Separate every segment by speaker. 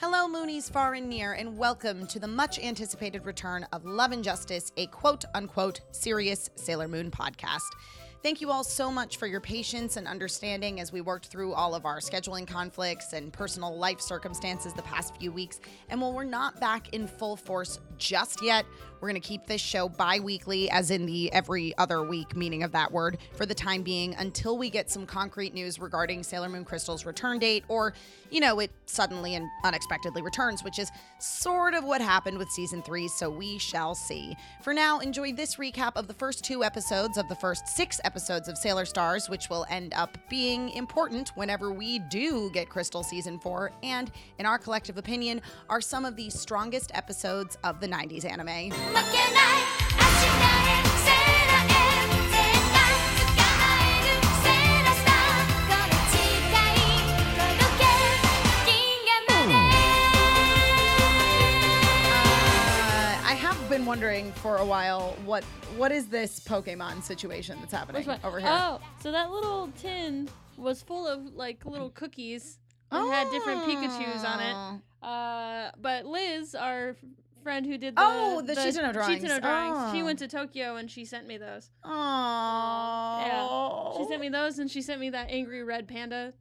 Speaker 1: Hello, Moonies far and near, and welcome to the much anticipated return of Love and Justice, a quote unquote serious Sailor Moon podcast. Thank you all so much for your patience and understanding as we worked through all of our scheduling conflicts and personal life circumstances the past few weeks. And while we're not back in full force just yet, we're going to keep this show bi weekly, as in the every other week meaning of that word, for the time being until we get some concrete news regarding Sailor Moon Crystal's return date or, you know, it suddenly and unexpectedly returns, which is sort of what happened with season three, so we shall see. For now, enjoy this recap of the first two episodes of the first six episodes of Sailor Stars, which will end up being important whenever we do get Crystal season four, and in our collective opinion, are some of the strongest episodes of the 90s anime.
Speaker 2: 負けない明日へセーラへ絶対使えるセーラスターこの誓い届け銀河まで
Speaker 1: Uh, I have been wondering for a while what what is this Pokemon situation that's happening
Speaker 3: Which one?
Speaker 1: over here?
Speaker 3: Oh, so that little tin was full of like little cookies that oh, had different Pikachu's on it. Uh, but Liz, our f- friend who did the
Speaker 1: Oh, the Shitano drawings.
Speaker 3: Shitano drawings,
Speaker 1: Oh.
Speaker 3: she went to Tokyo and she sent me those.
Speaker 1: Oh.
Speaker 3: She sent me those and she sent me that angry red panda.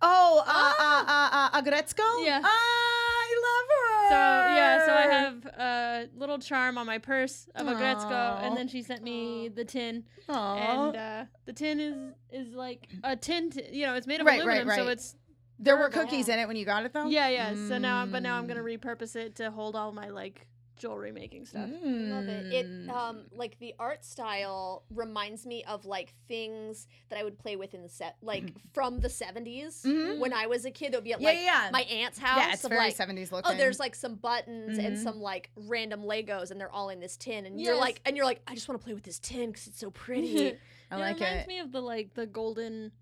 Speaker 1: Oh, uh, uh, uh, uh, Agretzko?
Speaker 3: Oh. Yeah.
Speaker 1: I love her.
Speaker 3: So yeah, so I have a little charm on my purse of a Gretzko,
Speaker 1: Aw.
Speaker 3: and then she sent me the tin,
Speaker 1: Aw.
Speaker 3: and uh, the tin is is like a tin, t- you know, it's made of
Speaker 1: Right, right,
Speaker 3: aluminum, so
Speaker 1: right.
Speaker 3: it's
Speaker 1: there were
Speaker 3: adorable.
Speaker 1: cookies in it when you got it though.
Speaker 3: Yeah, yeah. So now, but now I'm gonna
Speaker 4: Mm.
Speaker 3: repurpose it to hold all my like jewelry making stuff.
Speaker 4: Love it. It
Speaker 1: Mm.
Speaker 4: um like the art style reminds me of like things that I would play with in the set like from the 70s
Speaker 1: Mhm.
Speaker 4: when I was a kid. It would be at
Speaker 1: Mm. Yeah,
Speaker 4: like
Speaker 1: yeah.
Speaker 4: my aunt's house.
Speaker 1: yeah, it's
Speaker 4: of,
Speaker 1: very
Speaker 4: like,
Speaker 1: 70s looking.
Speaker 4: Oh, there's like some buttons and
Speaker 1: Mhm.
Speaker 4: some like random Legos, and they're all in this tin. And you're
Speaker 3: Yes.
Speaker 4: like, and you're like, I just want to play with this tin because it's so pretty.
Speaker 1: I
Speaker 3: it
Speaker 1: like
Speaker 3: reminds
Speaker 1: it.
Speaker 3: me of the like the golden,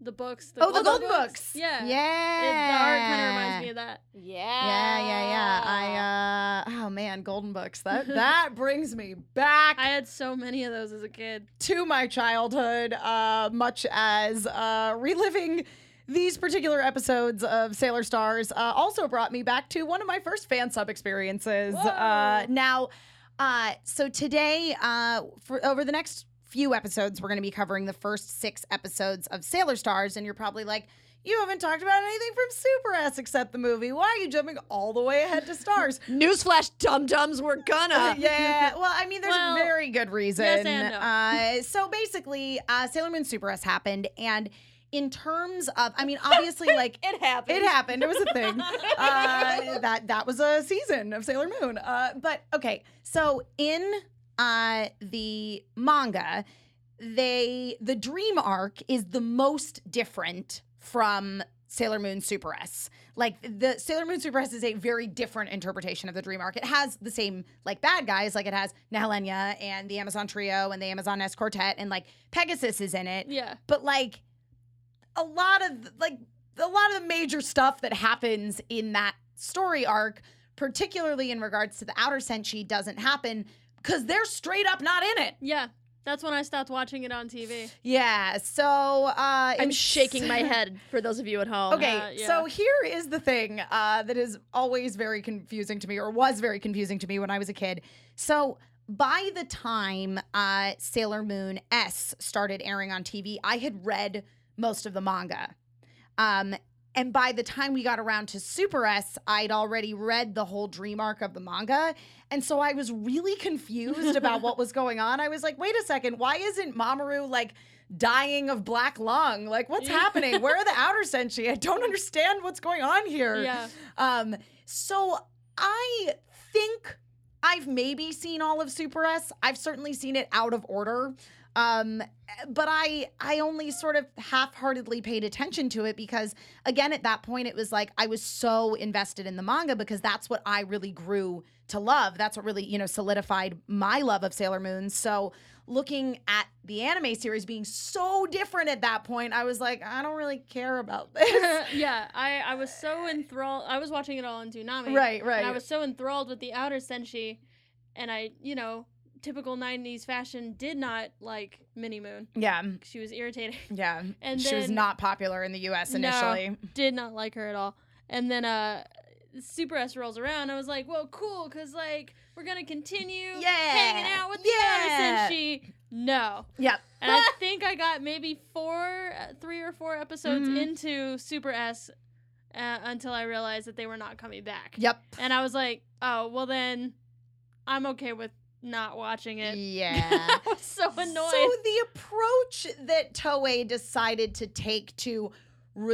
Speaker 3: the books.
Speaker 1: Oh, the gold books.
Speaker 3: Yeah, It, the
Speaker 1: Yeah.
Speaker 3: art kind of reminds me of that.
Speaker 4: yeah.
Speaker 1: Yeah, yeah, yeah. I uh oh man, golden books. That that brings me back
Speaker 3: I had so many of those as a kid.
Speaker 1: to my childhood, uh, much as uh, reliving these particular episodes of Sailor Stars uh, also brought me back to one of my first fan sub experiences. Uh,
Speaker 3: Whoa.
Speaker 1: now, uh, so today, uh, for over the next few episodes, we're going to be covering the first six episodes of Sailor Stars, and you're probably like, you haven't talked about anything from Super S except the movie. Why are you jumping all the way ahead to Stars?
Speaker 4: Newsflash, dum dums, we're gonna.
Speaker 1: Uh, yeah. Well, I mean, there's
Speaker 3: Well,
Speaker 1: a very good reason.
Speaker 3: yes and no.
Speaker 1: uh, so basically, uh, Sailor Moon Super S happened, and in terms of, I mean, obviously, like.
Speaker 4: It happened.
Speaker 1: It happened. It was a thing. Uh, that that was a season of Sailor Moon. Uh, but okay, so in uh, the manga, they the dream arc is the most different from Sailor Moon Super S. Like the Sailor Moon Super S is a very different interpretation of the dream arc. It has the same like bad guys, like it has Nahelenya and the Amazon Trio and the Amazon S Quartet, and like Pegasus is in it
Speaker 3: Yeah,
Speaker 1: but like a lot of like a lot of the major stuff that happens in that story arc particularly in regards to the outer senshi doesn't happen because they're straight up not in it
Speaker 3: yeah. That's when I stopped watching it on TV.
Speaker 1: yeah so uh
Speaker 4: I'm
Speaker 1: it's-
Speaker 4: shaking my head for those of you at home.
Speaker 1: Okay,
Speaker 3: Uh, yeah.
Speaker 1: so here is the thing uh, that is always very confusing to me, or was very confusing to me when I was a kid. So by the time uh, Sailor Moon S started airing on TV, I had read most of the manga. Um, and by the time we got around to Super S, I'd already read the whole dream arc of the manga. And so I was really confused about what was going on. I was like, wait a second, why isn't Mamoru like dying of black lung? Like, what's
Speaker 3: Yeah.
Speaker 1: happening? Where are the outer senshi? I don't understand what's going on here.
Speaker 3: Yeah,
Speaker 1: Um, so I think I've maybe seen all of Super S. I've certainly seen it out of order. Um, but I I only sort of half-heartedly paid attention to it because again at that point it was like I was so invested in the manga because that's what I really grew to love. That's what really, you know, solidified my love of Sailor Moon. So looking at the anime series being so different at that point, I was like, I don't really care about this.
Speaker 3: yeah. I I was so enthralled. I was watching it all on Toonami.
Speaker 1: right, right.
Speaker 3: And I was so enthralled with the outer senshi, and I, you know, typical '90s fashion did not like Mini Moon.
Speaker 1: yeah.
Speaker 3: She was irritating.
Speaker 1: Yeah.
Speaker 3: And
Speaker 1: she was
Speaker 3: then-
Speaker 1: not popular in the US
Speaker 3: No.
Speaker 1: initially.
Speaker 3: did not like her at all. And then uh Super S rolls around. I was like, well, cool, because, like, we're going to continue
Speaker 1: Yeah.
Speaker 3: hanging out with the
Speaker 1: Yeah.
Speaker 3: others. And she, no.
Speaker 4: Yep.
Speaker 3: And I think I got maybe four, uh, three or four episodes
Speaker 1: Mhm.
Speaker 3: into Super S uh, until I realized that they were not coming back.
Speaker 1: Yep.
Speaker 3: And I was like, oh, well, then I'm okay with not watching it.
Speaker 1: Yeah.
Speaker 3: I was so annoyed.
Speaker 1: So the approach that Toei decided to take to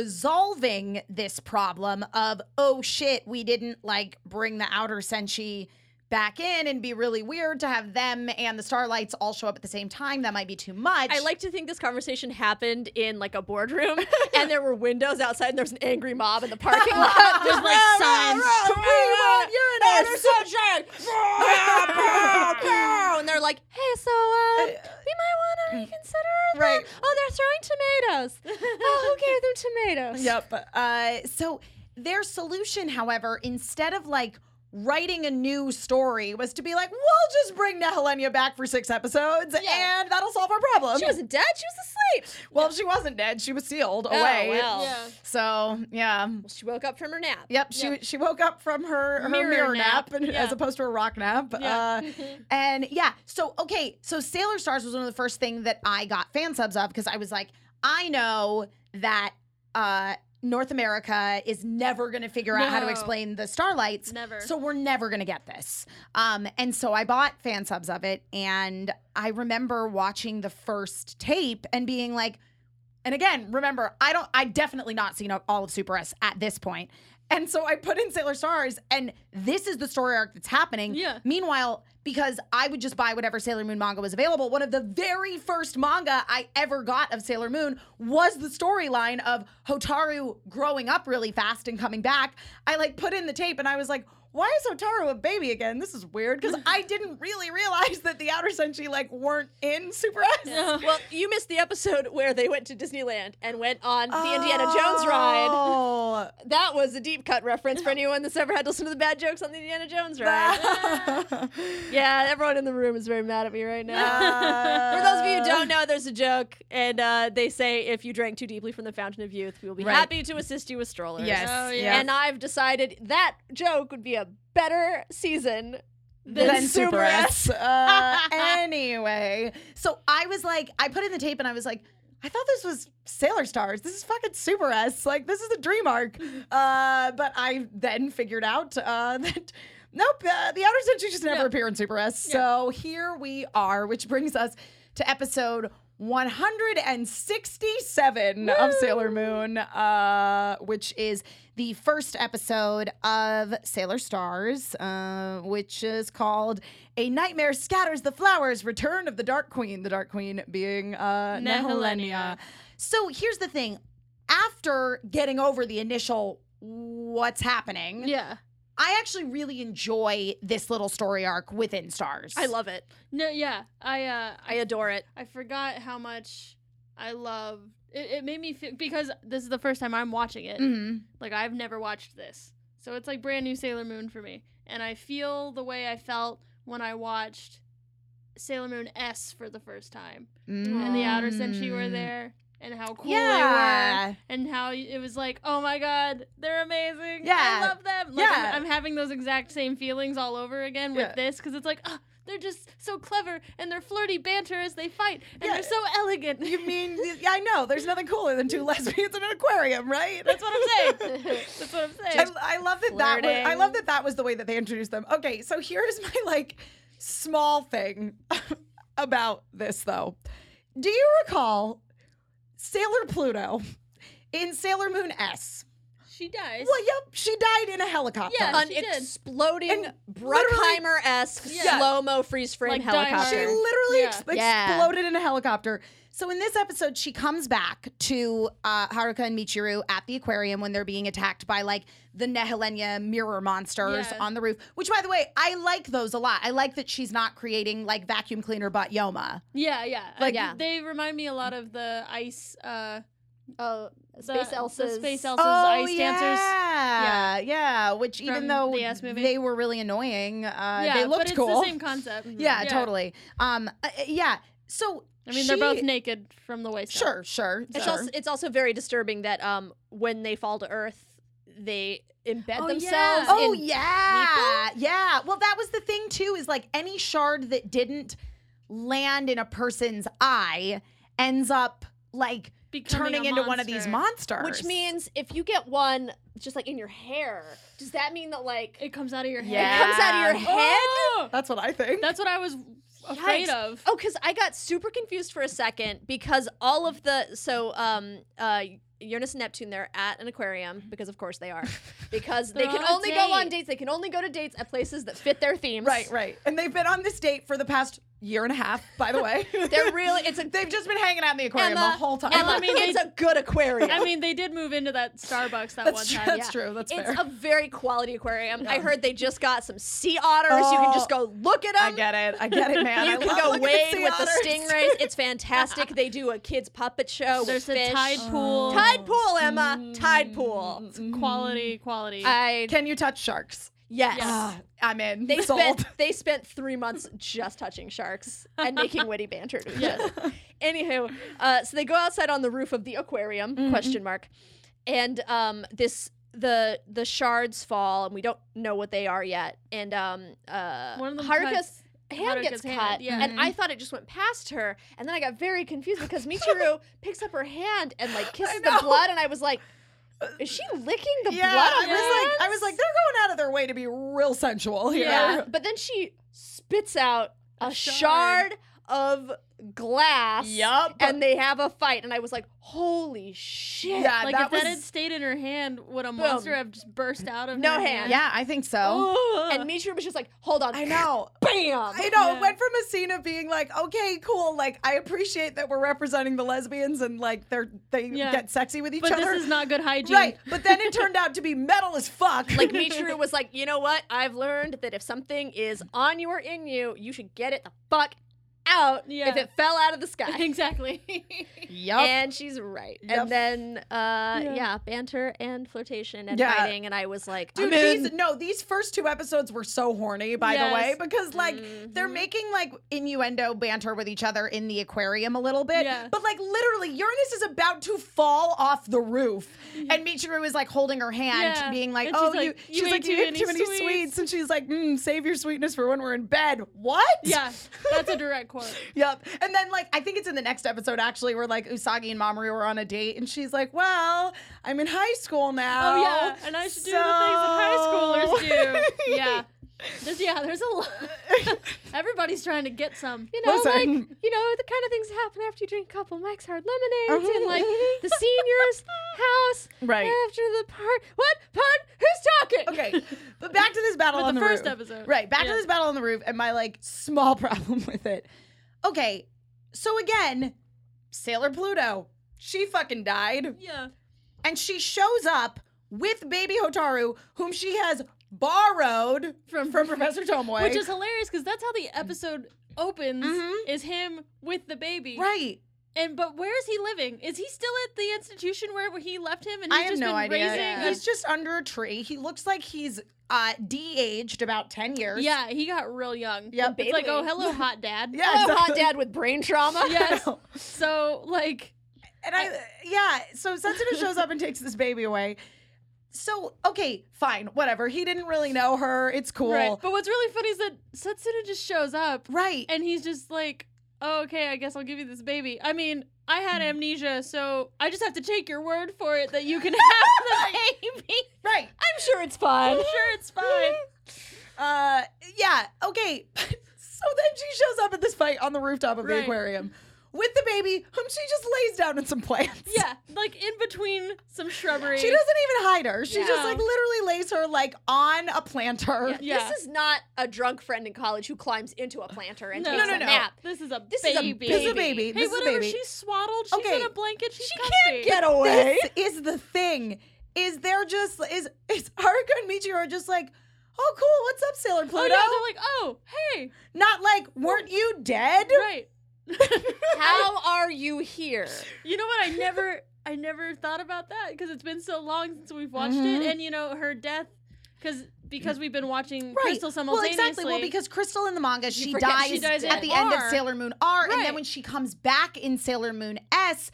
Speaker 1: resolving this problem of oh shit, we didn't like bring the outer senshi back in and be really weird to have them and the starlights all show up at the same time. That might be too much.
Speaker 4: I like to think this conversation happened in like a boardroom, and there were windows outside, and there's an angry mob in the parking lot.
Speaker 3: There's like signs.
Speaker 1: We want you to
Speaker 4: There's sunshine. Ah, and they're like, hey, so uh, we might want to reconsider. the-
Speaker 1: hmm. Right.
Speaker 4: Oh, they're throwing tomatoes. Oh, who gave them tomatoes?
Speaker 1: Yep. Uh, so their solution, however, instead of like writing a new story, was to be like, we'll just bring Nehelenia back for six episodes
Speaker 4: Yeah.
Speaker 1: and that'll solve our problem.
Speaker 4: She wasn't dead. She was asleep.
Speaker 1: well, she wasn't dead. She was sealed
Speaker 4: Oh,
Speaker 1: away.
Speaker 4: well.
Speaker 3: yeah.
Speaker 1: So, yeah.
Speaker 4: Well, she woke up from her nap.
Speaker 1: Yep, she
Speaker 3: Yep.
Speaker 1: she woke up from her her mirror,
Speaker 3: Mirror
Speaker 1: nap,
Speaker 3: nap,
Speaker 1: and-
Speaker 3: yeah.
Speaker 1: as opposed to a rock nap.
Speaker 3: Yeah.
Speaker 1: Uh, and yeah, so okay, so Sailor Stars was one of the first thing that I got fan subs of because I was like, I know that uh, North America is never going to figure out how to
Speaker 3: No.
Speaker 1: explain the starlights,
Speaker 3: Never.
Speaker 1: so we're never going to get this. Um, and so I bought fan subs of it, and I remember watching the first tape and being like. And again, remember, I don't I definitely not seen all of Super S at this point. And so I put in Sailor Stars and this is the story arc that's happening.
Speaker 3: Yeah.
Speaker 1: Meanwhile, because I would just buy whatever Sailor Moon manga was available, one of the very first manga I ever got of Sailor Moon was the storyline of Hotaru growing up really fast and coming back. I like put in the tape and I was like, why is Hotaru a baby again? This is weird because I didn't really realize that the Outer Senshi like weren't in Super S.
Speaker 4: Well, you missed the episode where they went to Disneyland and went on the Indiana Jones ride.
Speaker 1: Oh.
Speaker 4: That was a deep cut reference for anyone that's ever had to listen to the bad jokes on the Indiana Jones ride. yeah, everyone in the room is very mad at me right now. For those of you
Speaker 1: Uh,
Speaker 3: Uh,
Speaker 4: who don't know, there's a joke, and uh, they say if you drank too deeply from the fountain of youth, we will be
Speaker 1: Right.
Speaker 4: happy to assist you with strollers.
Speaker 1: Yes.
Speaker 3: Oh, yeah.
Speaker 1: yeah.
Speaker 4: And I've decided that joke would be a better season than,
Speaker 1: Then
Speaker 4: Super S.
Speaker 1: Uh, anyway, so I was like, I put in the tape and I was like, I thought this was Sailor Stars. This is fucking Super S. Like, this is the dream arc. Uh, but I then figured out uh, that. Nope, uh, the Outer Senshi just never appear in Super S. So here we are, which brings us to episode 167 of Sailor Moon, uh, which is the first episode of Sailor Stars, uh, which is called A Nightmare Scatters the Flowers Return of the Dark Queen, the Dark Queen being uh, Nehelenia.
Speaker 3: Nehelenia.
Speaker 1: So here's the thing after getting over the initial what's happening,
Speaker 3: yeah.
Speaker 1: I actually really enjoy this little story arc within Stars.
Speaker 4: I love it.
Speaker 3: No, yeah. I uh
Speaker 4: I adore it.
Speaker 3: I forgot how much I love it, it made me feel because this is the first time I'm watching it.
Speaker 1: Mhm.
Speaker 3: Like I've never watched this. So it's like brand new Sailor Moon for me. And I feel the way I felt when I watched Sailor Moon S for the first time. And the Outer Senshi were
Speaker 1: Mm.
Speaker 3: there and how cool they were.
Speaker 1: Yeah.
Speaker 3: and how y- it was like, oh my god, they're amazing.
Speaker 1: Yeah.
Speaker 3: I love them. Like,
Speaker 1: Yeah.
Speaker 3: I'm, I'm having those exact same feelings all over again with
Speaker 1: Yeah.
Speaker 3: this because it's like, oh, they're just so clever and they're flirty banter as they fight and
Speaker 1: Yeah.
Speaker 3: they're so elegant.
Speaker 1: You mean, yeah, I know. There's nothing cooler than two lesbians in an aquarium, right?
Speaker 3: That's what I'm saying. That's what I'm saying.
Speaker 1: I, I love that that was, I
Speaker 4: flirting.
Speaker 1: love that that was the way that they introduced them. Okay, so here is my like small thing about this though. Do you recall Sailor Pluto in Sailor Moon S?
Speaker 3: she dies.
Speaker 1: Well, yep, she died in a helicopter.
Speaker 3: Yeah,
Speaker 4: An
Speaker 3: she did.
Speaker 4: exploding
Speaker 1: And literally-
Speaker 4: Bruckheimer esque
Speaker 3: Yeah.
Speaker 4: slow mo freeze frame
Speaker 3: Like Die Hard.
Speaker 4: helicopter.
Speaker 1: She
Speaker 3: Sure.
Speaker 1: literally
Speaker 3: Yeah.
Speaker 1: ex-
Speaker 4: Yeah.
Speaker 1: exploded in a helicopter. So in this episode, she comes back to uh, Haruka and Michiru at the aquarium when they're being attacked by like the Nehelenia mirror monsters
Speaker 3: Yeah.
Speaker 1: on the roof. Which, by the way, I like those a lot. I like that she's not creating like vacuum cleaner but Yoma.
Speaker 3: yeah, yeah.
Speaker 1: Like-
Speaker 3: Like
Speaker 4: Yeah.
Speaker 3: they remind me a lot of the ice. Uh,
Speaker 4: Oh,
Speaker 3: the,
Speaker 4: Space
Speaker 3: the
Speaker 4: Elsa's.
Speaker 3: Space Elsa's
Speaker 4: Oh,
Speaker 3: ice dancers.
Speaker 1: yeah, yeah. Which even
Speaker 3: From
Speaker 1: though
Speaker 3: the S movie.
Speaker 1: they were really annoying, uh,
Speaker 3: yeah,
Speaker 1: they looked
Speaker 3: but it's
Speaker 1: cool.
Speaker 3: the same concept.
Speaker 1: yeah, totally. Um, uh, yeah. So
Speaker 3: I mean, they're
Speaker 1: she-
Speaker 3: both naked from the waist. up.
Speaker 1: Sure, sure.
Speaker 4: It's
Speaker 1: sure.
Speaker 4: also it's also very disturbing that um when they fall to Earth, they embed
Speaker 3: Oh,
Speaker 4: themselves.
Speaker 3: yeah.
Speaker 1: Oh
Speaker 4: in,
Speaker 1: yeah, yeah. Well, that was the thing too. Is like any shard that didn't land in a person's eye ends up like
Speaker 3: Becoming
Speaker 1: turning
Speaker 3: a
Speaker 1: into one of these
Speaker 3: monster.
Speaker 1: monsters.
Speaker 4: Which means if you get one just like in your hair, does that mean that like
Speaker 3: It comes out of your head.
Speaker 1: Yeah.
Speaker 4: it comes out of your head?
Speaker 3: Oh!
Speaker 1: that's what I think.
Speaker 3: That's what I was afraid
Speaker 4: Yikes.
Speaker 3: of.
Speaker 4: Oh, because I got super confused for a second because all of the so um uh Uranus and Neptune they're at an aquarium because of course they are because they
Speaker 3: They're
Speaker 4: can
Speaker 3: on a
Speaker 4: only go on
Speaker 3: date.
Speaker 4: dates they can only go to dates at places that fit their themes
Speaker 1: right, right. And they've been on this date for the past year and a half. By the way,
Speaker 4: they're really it's a
Speaker 1: They've just been hanging out in the aquarium
Speaker 4: Emma-
Speaker 1: the whole time.
Speaker 4: Emma,
Speaker 3: I mean,
Speaker 4: it's
Speaker 3: they-
Speaker 4: a good aquarium
Speaker 3: I mean, they did move into that Starbucks that one
Speaker 1: that's true.
Speaker 3: time.
Speaker 1: That's
Speaker 4: yeah.
Speaker 1: true. That's
Speaker 4: it's
Speaker 1: fair.
Speaker 4: a very quality aquarium I heard they just got some sea otters you can
Speaker 1: Oh.
Speaker 4: just go look at
Speaker 1: I
Speaker 4: them
Speaker 1: get it. I get it, man. I
Speaker 4: you
Speaker 1: love
Speaker 4: can go
Speaker 1: looking at
Speaker 4: wade
Speaker 1: sea
Speaker 4: with
Speaker 1: otters.
Speaker 4: the stingrays. It's fantastic. They do a kids puppet show
Speaker 3: There's
Speaker 4: with
Speaker 3: the
Speaker 4: fish.
Speaker 3: tide
Speaker 1: Oh.
Speaker 3: pool.
Speaker 4: Tide pool, Emma. Tide pool.
Speaker 3: It's quality, quality.
Speaker 1: Uh,
Speaker 4: I
Speaker 1: Mm. Mm-hmm. Can you touch sharks?
Speaker 4: yes.
Speaker 1: Ah, I'm in.
Speaker 4: They
Speaker 1: Sold.
Speaker 4: spent they spent three months just touching sharks and making witty banter to each other. Anywho, uh, so they go outside on the roof of the aquarium?
Speaker 1: Mm-hmm.
Speaker 4: Question mark. And um, this the the shards fall, and we don't know what they are yet. And um, uh,
Speaker 3: One of them
Speaker 4: Haruka's
Speaker 3: cuts
Speaker 4: hand
Speaker 3: Haruka's
Speaker 4: gets
Speaker 3: hand,
Speaker 4: cut,
Speaker 3: yeah.
Speaker 4: and
Speaker 1: Mm-hmm.
Speaker 4: I thought it just went past her, and then I got very confused because Michiru picks up her hand and like kisses the
Speaker 1: know.
Speaker 4: blood, and I was like, "Is she licking the
Speaker 1: yeah,
Speaker 4: blood?"
Speaker 1: I
Speaker 4: on her
Speaker 1: was
Speaker 4: hands?
Speaker 1: like, I was like, they're going out of their way to be real sensual here.
Speaker 4: yeah. But then she spits out a, shard.
Speaker 3: shard.
Speaker 4: of glass.
Speaker 1: Yup.
Speaker 4: And they have a fight, and I was like, "Holy shit!"
Speaker 1: Yeah,
Speaker 3: like
Speaker 1: that
Speaker 3: if
Speaker 1: was.
Speaker 3: that had stayed in her hand, would a monster have just burst out of
Speaker 4: No
Speaker 3: her
Speaker 4: hand.
Speaker 1: yeah, I think so.
Speaker 3: Ugh.
Speaker 4: And Michiru was just like, "Hold on."
Speaker 1: I know.
Speaker 4: Bam.
Speaker 1: I know. It
Speaker 3: Yeah.
Speaker 1: went from a scene of being like, okay, cool. Like, I appreciate that we're representing the lesbians and like they're they
Speaker 3: Yeah.
Speaker 1: get sexy with each
Speaker 3: but
Speaker 1: other.
Speaker 3: this is not good hygiene.
Speaker 1: right. But then it turned out to be metal as fuck.
Speaker 4: like Michiru was like, "You know what? I've learned that if something is on you or in you, you should get it the fuck out
Speaker 3: Yeah.
Speaker 4: if it fell out of the sky."
Speaker 3: exactly.
Speaker 1: yup.
Speaker 4: And she's right.
Speaker 1: Yup.
Speaker 4: And then, uh, yeah. banter and flirtation and
Speaker 1: Yeah.
Speaker 4: fighting. And I was like,
Speaker 1: Dude,
Speaker 4: I'm in.
Speaker 1: these no, these first two episodes were so horny, by the
Speaker 3: Yes. Mm-hmm.
Speaker 1: way, because like they're making like innuendo banter with each other in the aquarium a little bit.
Speaker 3: Yeah.
Speaker 1: But like literally, Uranus is about to fall off the roof. And Michiru is like holding her hand,
Speaker 3: Yeah.
Speaker 1: being like,
Speaker 3: And
Speaker 1: Oh,
Speaker 3: she's
Speaker 1: you
Speaker 3: like, "You
Speaker 1: she's
Speaker 3: ain't
Speaker 1: like, You
Speaker 3: eating
Speaker 1: ate
Speaker 3: any
Speaker 1: too many sweets.
Speaker 3: sweets."
Speaker 1: And she's like, mm, save your sweetness for when we're in bed. What?
Speaker 3: yeah, that's a direct quote.
Speaker 1: Yep. And then like I think it's in the next episode actually where like Usagi and Mamoru were on a date and she's like, Well, I'm in high school now.
Speaker 3: Oh yeah, and I should do the things that high
Speaker 1: so-
Speaker 3: schoolers do. Yeah, there's yeah, there's a lot. Everybody's trying to get some.
Speaker 4: you know, like
Speaker 1: Listen.
Speaker 4: you know, the kind of things that happen after you drink a couple Max Hard lemonades
Speaker 1: Mhm,
Speaker 4: and like
Speaker 3: Uh-huh.
Speaker 1: mhm.
Speaker 4: the seniors' house
Speaker 1: Right.
Speaker 4: after the part. What part? Who's talking?
Speaker 1: Okay, but back to this battle
Speaker 3: But
Speaker 1: on
Speaker 3: the
Speaker 1: the
Speaker 3: first
Speaker 1: roof.
Speaker 3: episode.
Speaker 1: Right, back to
Speaker 3: Yeah.
Speaker 1: this battle on the roof and my like small problem with it. Okay, so again, Sailor Pluto, she fucking died,
Speaker 3: Yeah,
Speaker 1: and she shows up with baby Hotaru, whom she has borrowed
Speaker 3: From-
Speaker 1: from Professor Tomoe.
Speaker 3: which is hilarious because that's how the episode opens.
Speaker 1: Mhm.
Speaker 3: Is him with the baby.
Speaker 1: right.
Speaker 3: And but where is he living? Is he still at the institution where he left him? And he's
Speaker 1: I have
Speaker 3: just
Speaker 1: no
Speaker 3: been
Speaker 1: idea.
Speaker 3: raising.
Speaker 4: Yeah.
Speaker 3: a-
Speaker 1: He's just under a tree. He looks like he's uh, de-aged about ten years.
Speaker 3: yeah, he got real young.
Speaker 1: Yep.
Speaker 3: it's like
Speaker 4: Baby.
Speaker 3: oh hello hot dad.
Speaker 1: Yeah.
Speaker 4: Hello, hot
Speaker 1: exactly.
Speaker 4: dad with brain trauma.
Speaker 3: Yes. So like
Speaker 1: And I, yeah, so Sensitive shows up and takes this baby away. So, okay, fine, whatever. He didn't really know her. It's cool.
Speaker 3: right.
Speaker 1: Right.
Speaker 3: But what's really funny is that Setsuna just shows up and he's just like, oh, okay, I guess I'll give you this baby. I mean, I had
Speaker 1: Hmm.
Speaker 3: amnesia, so I just have to take your word for it that you can have the baby.
Speaker 1: right.
Speaker 4: I'm sure it's fine.
Speaker 3: I'm sure it's fine.
Speaker 1: Uh, yeah, okay. so then she shows up at this fight on the rooftop of the
Speaker 3: Right.
Speaker 1: aquarium with the baby, whom she just lays down in some plants.
Speaker 3: Yeah, like in between some shrubbery.
Speaker 1: She doesn't even hide her. She just
Speaker 3: Yeah.
Speaker 1: like literally lays her like on a planter.
Speaker 3: Yeah.
Speaker 4: This is not a drunk friend in college who climbs into a planter and
Speaker 3: No,
Speaker 4: takes
Speaker 3: no, no,
Speaker 4: a
Speaker 1: no.
Speaker 4: nap.
Speaker 3: This is a
Speaker 4: This is a
Speaker 3: baby.
Speaker 1: This is a baby.
Speaker 3: Hey,
Speaker 1: this is a
Speaker 3: whatever.
Speaker 1: baby.
Speaker 3: She's swaddled. She's
Speaker 1: Okay.
Speaker 3: in a blanket. She's
Speaker 4: She
Speaker 3: comfy.
Speaker 4: can't get away.
Speaker 1: this is the thing. Is they're just is is Haruka and Michiru are just like, oh cool, what's up, Sailor
Speaker 3: Oh,
Speaker 1: Pluto?
Speaker 3: yeah, they're like, oh, hey,
Speaker 1: Not like, weren't you dead?
Speaker 3: right.
Speaker 4: How are you here?
Speaker 3: You know what? I never, I never thought about that because it's been so long since we've watched
Speaker 1: Mm-hmm.
Speaker 3: it, and you know her death, because because we've been watching Crystal
Speaker 1: Well,
Speaker 3: simultaneously.
Speaker 1: exactly. Well, because Crystal in the manga, she
Speaker 4: forget
Speaker 1: dies,
Speaker 4: she dies
Speaker 1: at
Speaker 4: in
Speaker 1: the end of
Speaker 3: R.
Speaker 1: Sailor Moon R, and then
Speaker 3: Right.
Speaker 1: when she comes back in Sailor Moon S,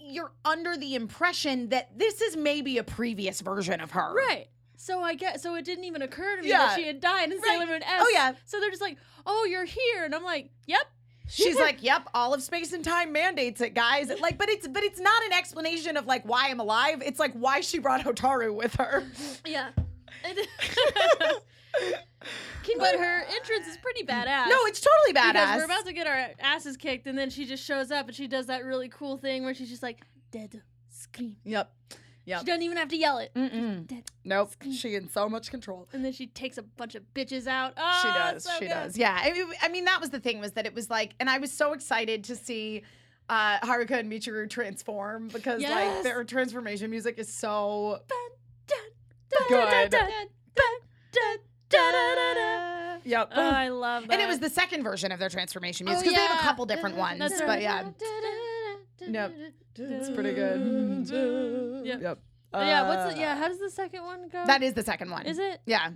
Speaker 1: you're under the impression that this is maybe a previous version of her.
Speaker 3: right. So I get so it didn't even occur to me
Speaker 1: Yeah.
Speaker 3: that she had died in
Speaker 1: Right.
Speaker 3: Sailor Moon S.
Speaker 1: Oh, yeah.
Speaker 3: So they're just like, "Oh, you're here," and I'm like, "Yep."
Speaker 1: She's like, "Yep, all of space and time mandates it, guys." Like, but it's but it's not an explanation of like why I'm alive. It's like why she brought Hotaru with her.
Speaker 3: Yeah. but her entrance is pretty badass.
Speaker 1: No, it's totally
Speaker 3: because
Speaker 1: badass.
Speaker 3: we're about to get our asses kicked, and then she just shows up and she does that really cool thing where she's just like, "Dead scream."
Speaker 1: yep.
Speaker 3: She
Speaker 1: Yep.
Speaker 3: doesn't even have to yell it.
Speaker 1: Mm-mm.
Speaker 3: Dead.
Speaker 1: Nope. She in so much control.
Speaker 3: And then she takes a bunch of bitches out. Oh,
Speaker 1: she
Speaker 3: it's
Speaker 1: does.
Speaker 3: so
Speaker 1: she
Speaker 3: good.
Speaker 1: does. Yeah. I mean, I mean, that was the thing was that it was like, and I was so excited to see uh, Haruka and Michiru transform because like
Speaker 3: Yes.
Speaker 1: their transformation music is so
Speaker 3: Dun, dun,
Speaker 1: good.
Speaker 3: dun, dun, dun, dun, dun, dun, dun.
Speaker 1: Yep.
Speaker 3: Oh, I love that.
Speaker 1: and it was the second version of their transformation music
Speaker 3: Oh,
Speaker 1: because they have a
Speaker 3: yeah.
Speaker 1: couple different ones,
Speaker 3: That's
Speaker 1: but
Speaker 3: right.
Speaker 1: yeah, Yep. it's pretty good.
Speaker 3: Yep.
Speaker 1: Yep.
Speaker 3: yeah, what's
Speaker 1: Uh,
Speaker 3: the, yeah? How does the second one go?
Speaker 1: That is the second one.
Speaker 3: Is it?
Speaker 1: Yeah.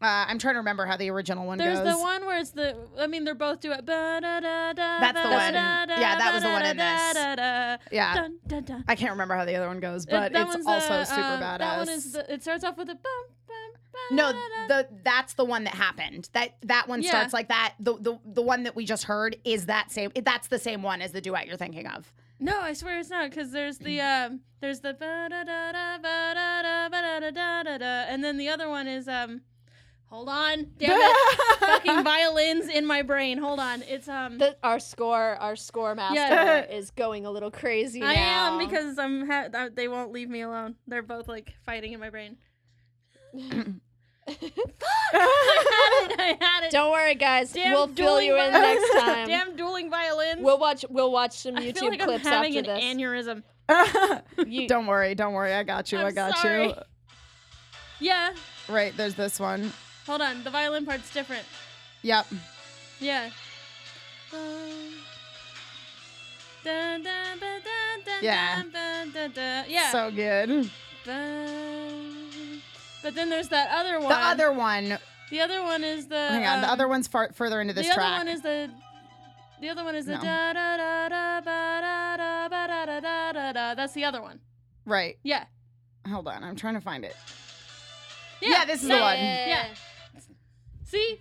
Speaker 1: Uh, I'm trying to remember how the original one
Speaker 3: There's
Speaker 1: goes.
Speaker 3: the one where it's the. I mean, they're both doing. That's
Speaker 1: That's the one. Yeah, that was the one in this. Yeah.
Speaker 3: Dun, dun, dun.
Speaker 1: I can't remember how the other one goes, but
Speaker 3: that
Speaker 1: it's
Speaker 3: one's,
Speaker 1: also
Speaker 3: uh,
Speaker 1: super
Speaker 3: um,
Speaker 1: badass.
Speaker 3: That one is. The, it starts off with a bum bum bum.
Speaker 1: No,
Speaker 3: da, da.
Speaker 1: the that's the one that happened. That that one
Speaker 3: Yeah.
Speaker 1: starts like that. The, the the one that we just heard is that same. That's the same one as the duet you're thinking of.
Speaker 3: No, I swear it's not because there's the um there's the ba da da da ba da da ba da da da da da and then the other one is um hold on damn it fucking violins in my brain hold on it's um
Speaker 4: The, our score, our score master
Speaker 3: Yeah.
Speaker 4: is going a little crazy
Speaker 3: I
Speaker 4: now.
Speaker 3: am because I'm ha- uh, they won't leave me alone they're both like fighting in my brain I had it I had it
Speaker 4: don't worry, guys.
Speaker 3: damn
Speaker 4: we'll fill
Speaker 3: dueling
Speaker 4: you in
Speaker 3: violins.
Speaker 4: next time.
Speaker 3: damn dueling violins
Speaker 4: We'll watch. We'll watch some
Speaker 3: I
Speaker 4: YouTube
Speaker 3: feel like
Speaker 4: clips
Speaker 3: I'm having
Speaker 4: after
Speaker 3: an
Speaker 4: this.
Speaker 3: aneurysm
Speaker 4: You-
Speaker 1: don't worry, don't worry. I got you.
Speaker 3: I'm
Speaker 1: I got
Speaker 3: sorry.
Speaker 1: you.
Speaker 3: yeah
Speaker 1: Right, there's this one.
Speaker 3: hold on the violin part's different
Speaker 1: Yep.
Speaker 3: Yeah. Dun, dun, ba, dun, dun,
Speaker 1: Yeah.
Speaker 3: dun, dun, dun, dun. Yeah.
Speaker 1: So good.
Speaker 3: Dun. But then there's that other one.
Speaker 1: The other one.
Speaker 3: The other one is the.
Speaker 1: hang on. the
Speaker 3: um,
Speaker 1: other one's far further into this
Speaker 3: the
Speaker 1: track.
Speaker 3: other one is the. The other one is the
Speaker 1: No.
Speaker 3: da da da da ba da da ba da da da da da. That's the other one.
Speaker 1: right.
Speaker 3: Yeah.
Speaker 1: Hold on. I'm trying to find it.
Speaker 3: Yeah.
Speaker 1: Yeah, this is the
Speaker 3: that-
Speaker 1: one.
Speaker 3: Yeah. See,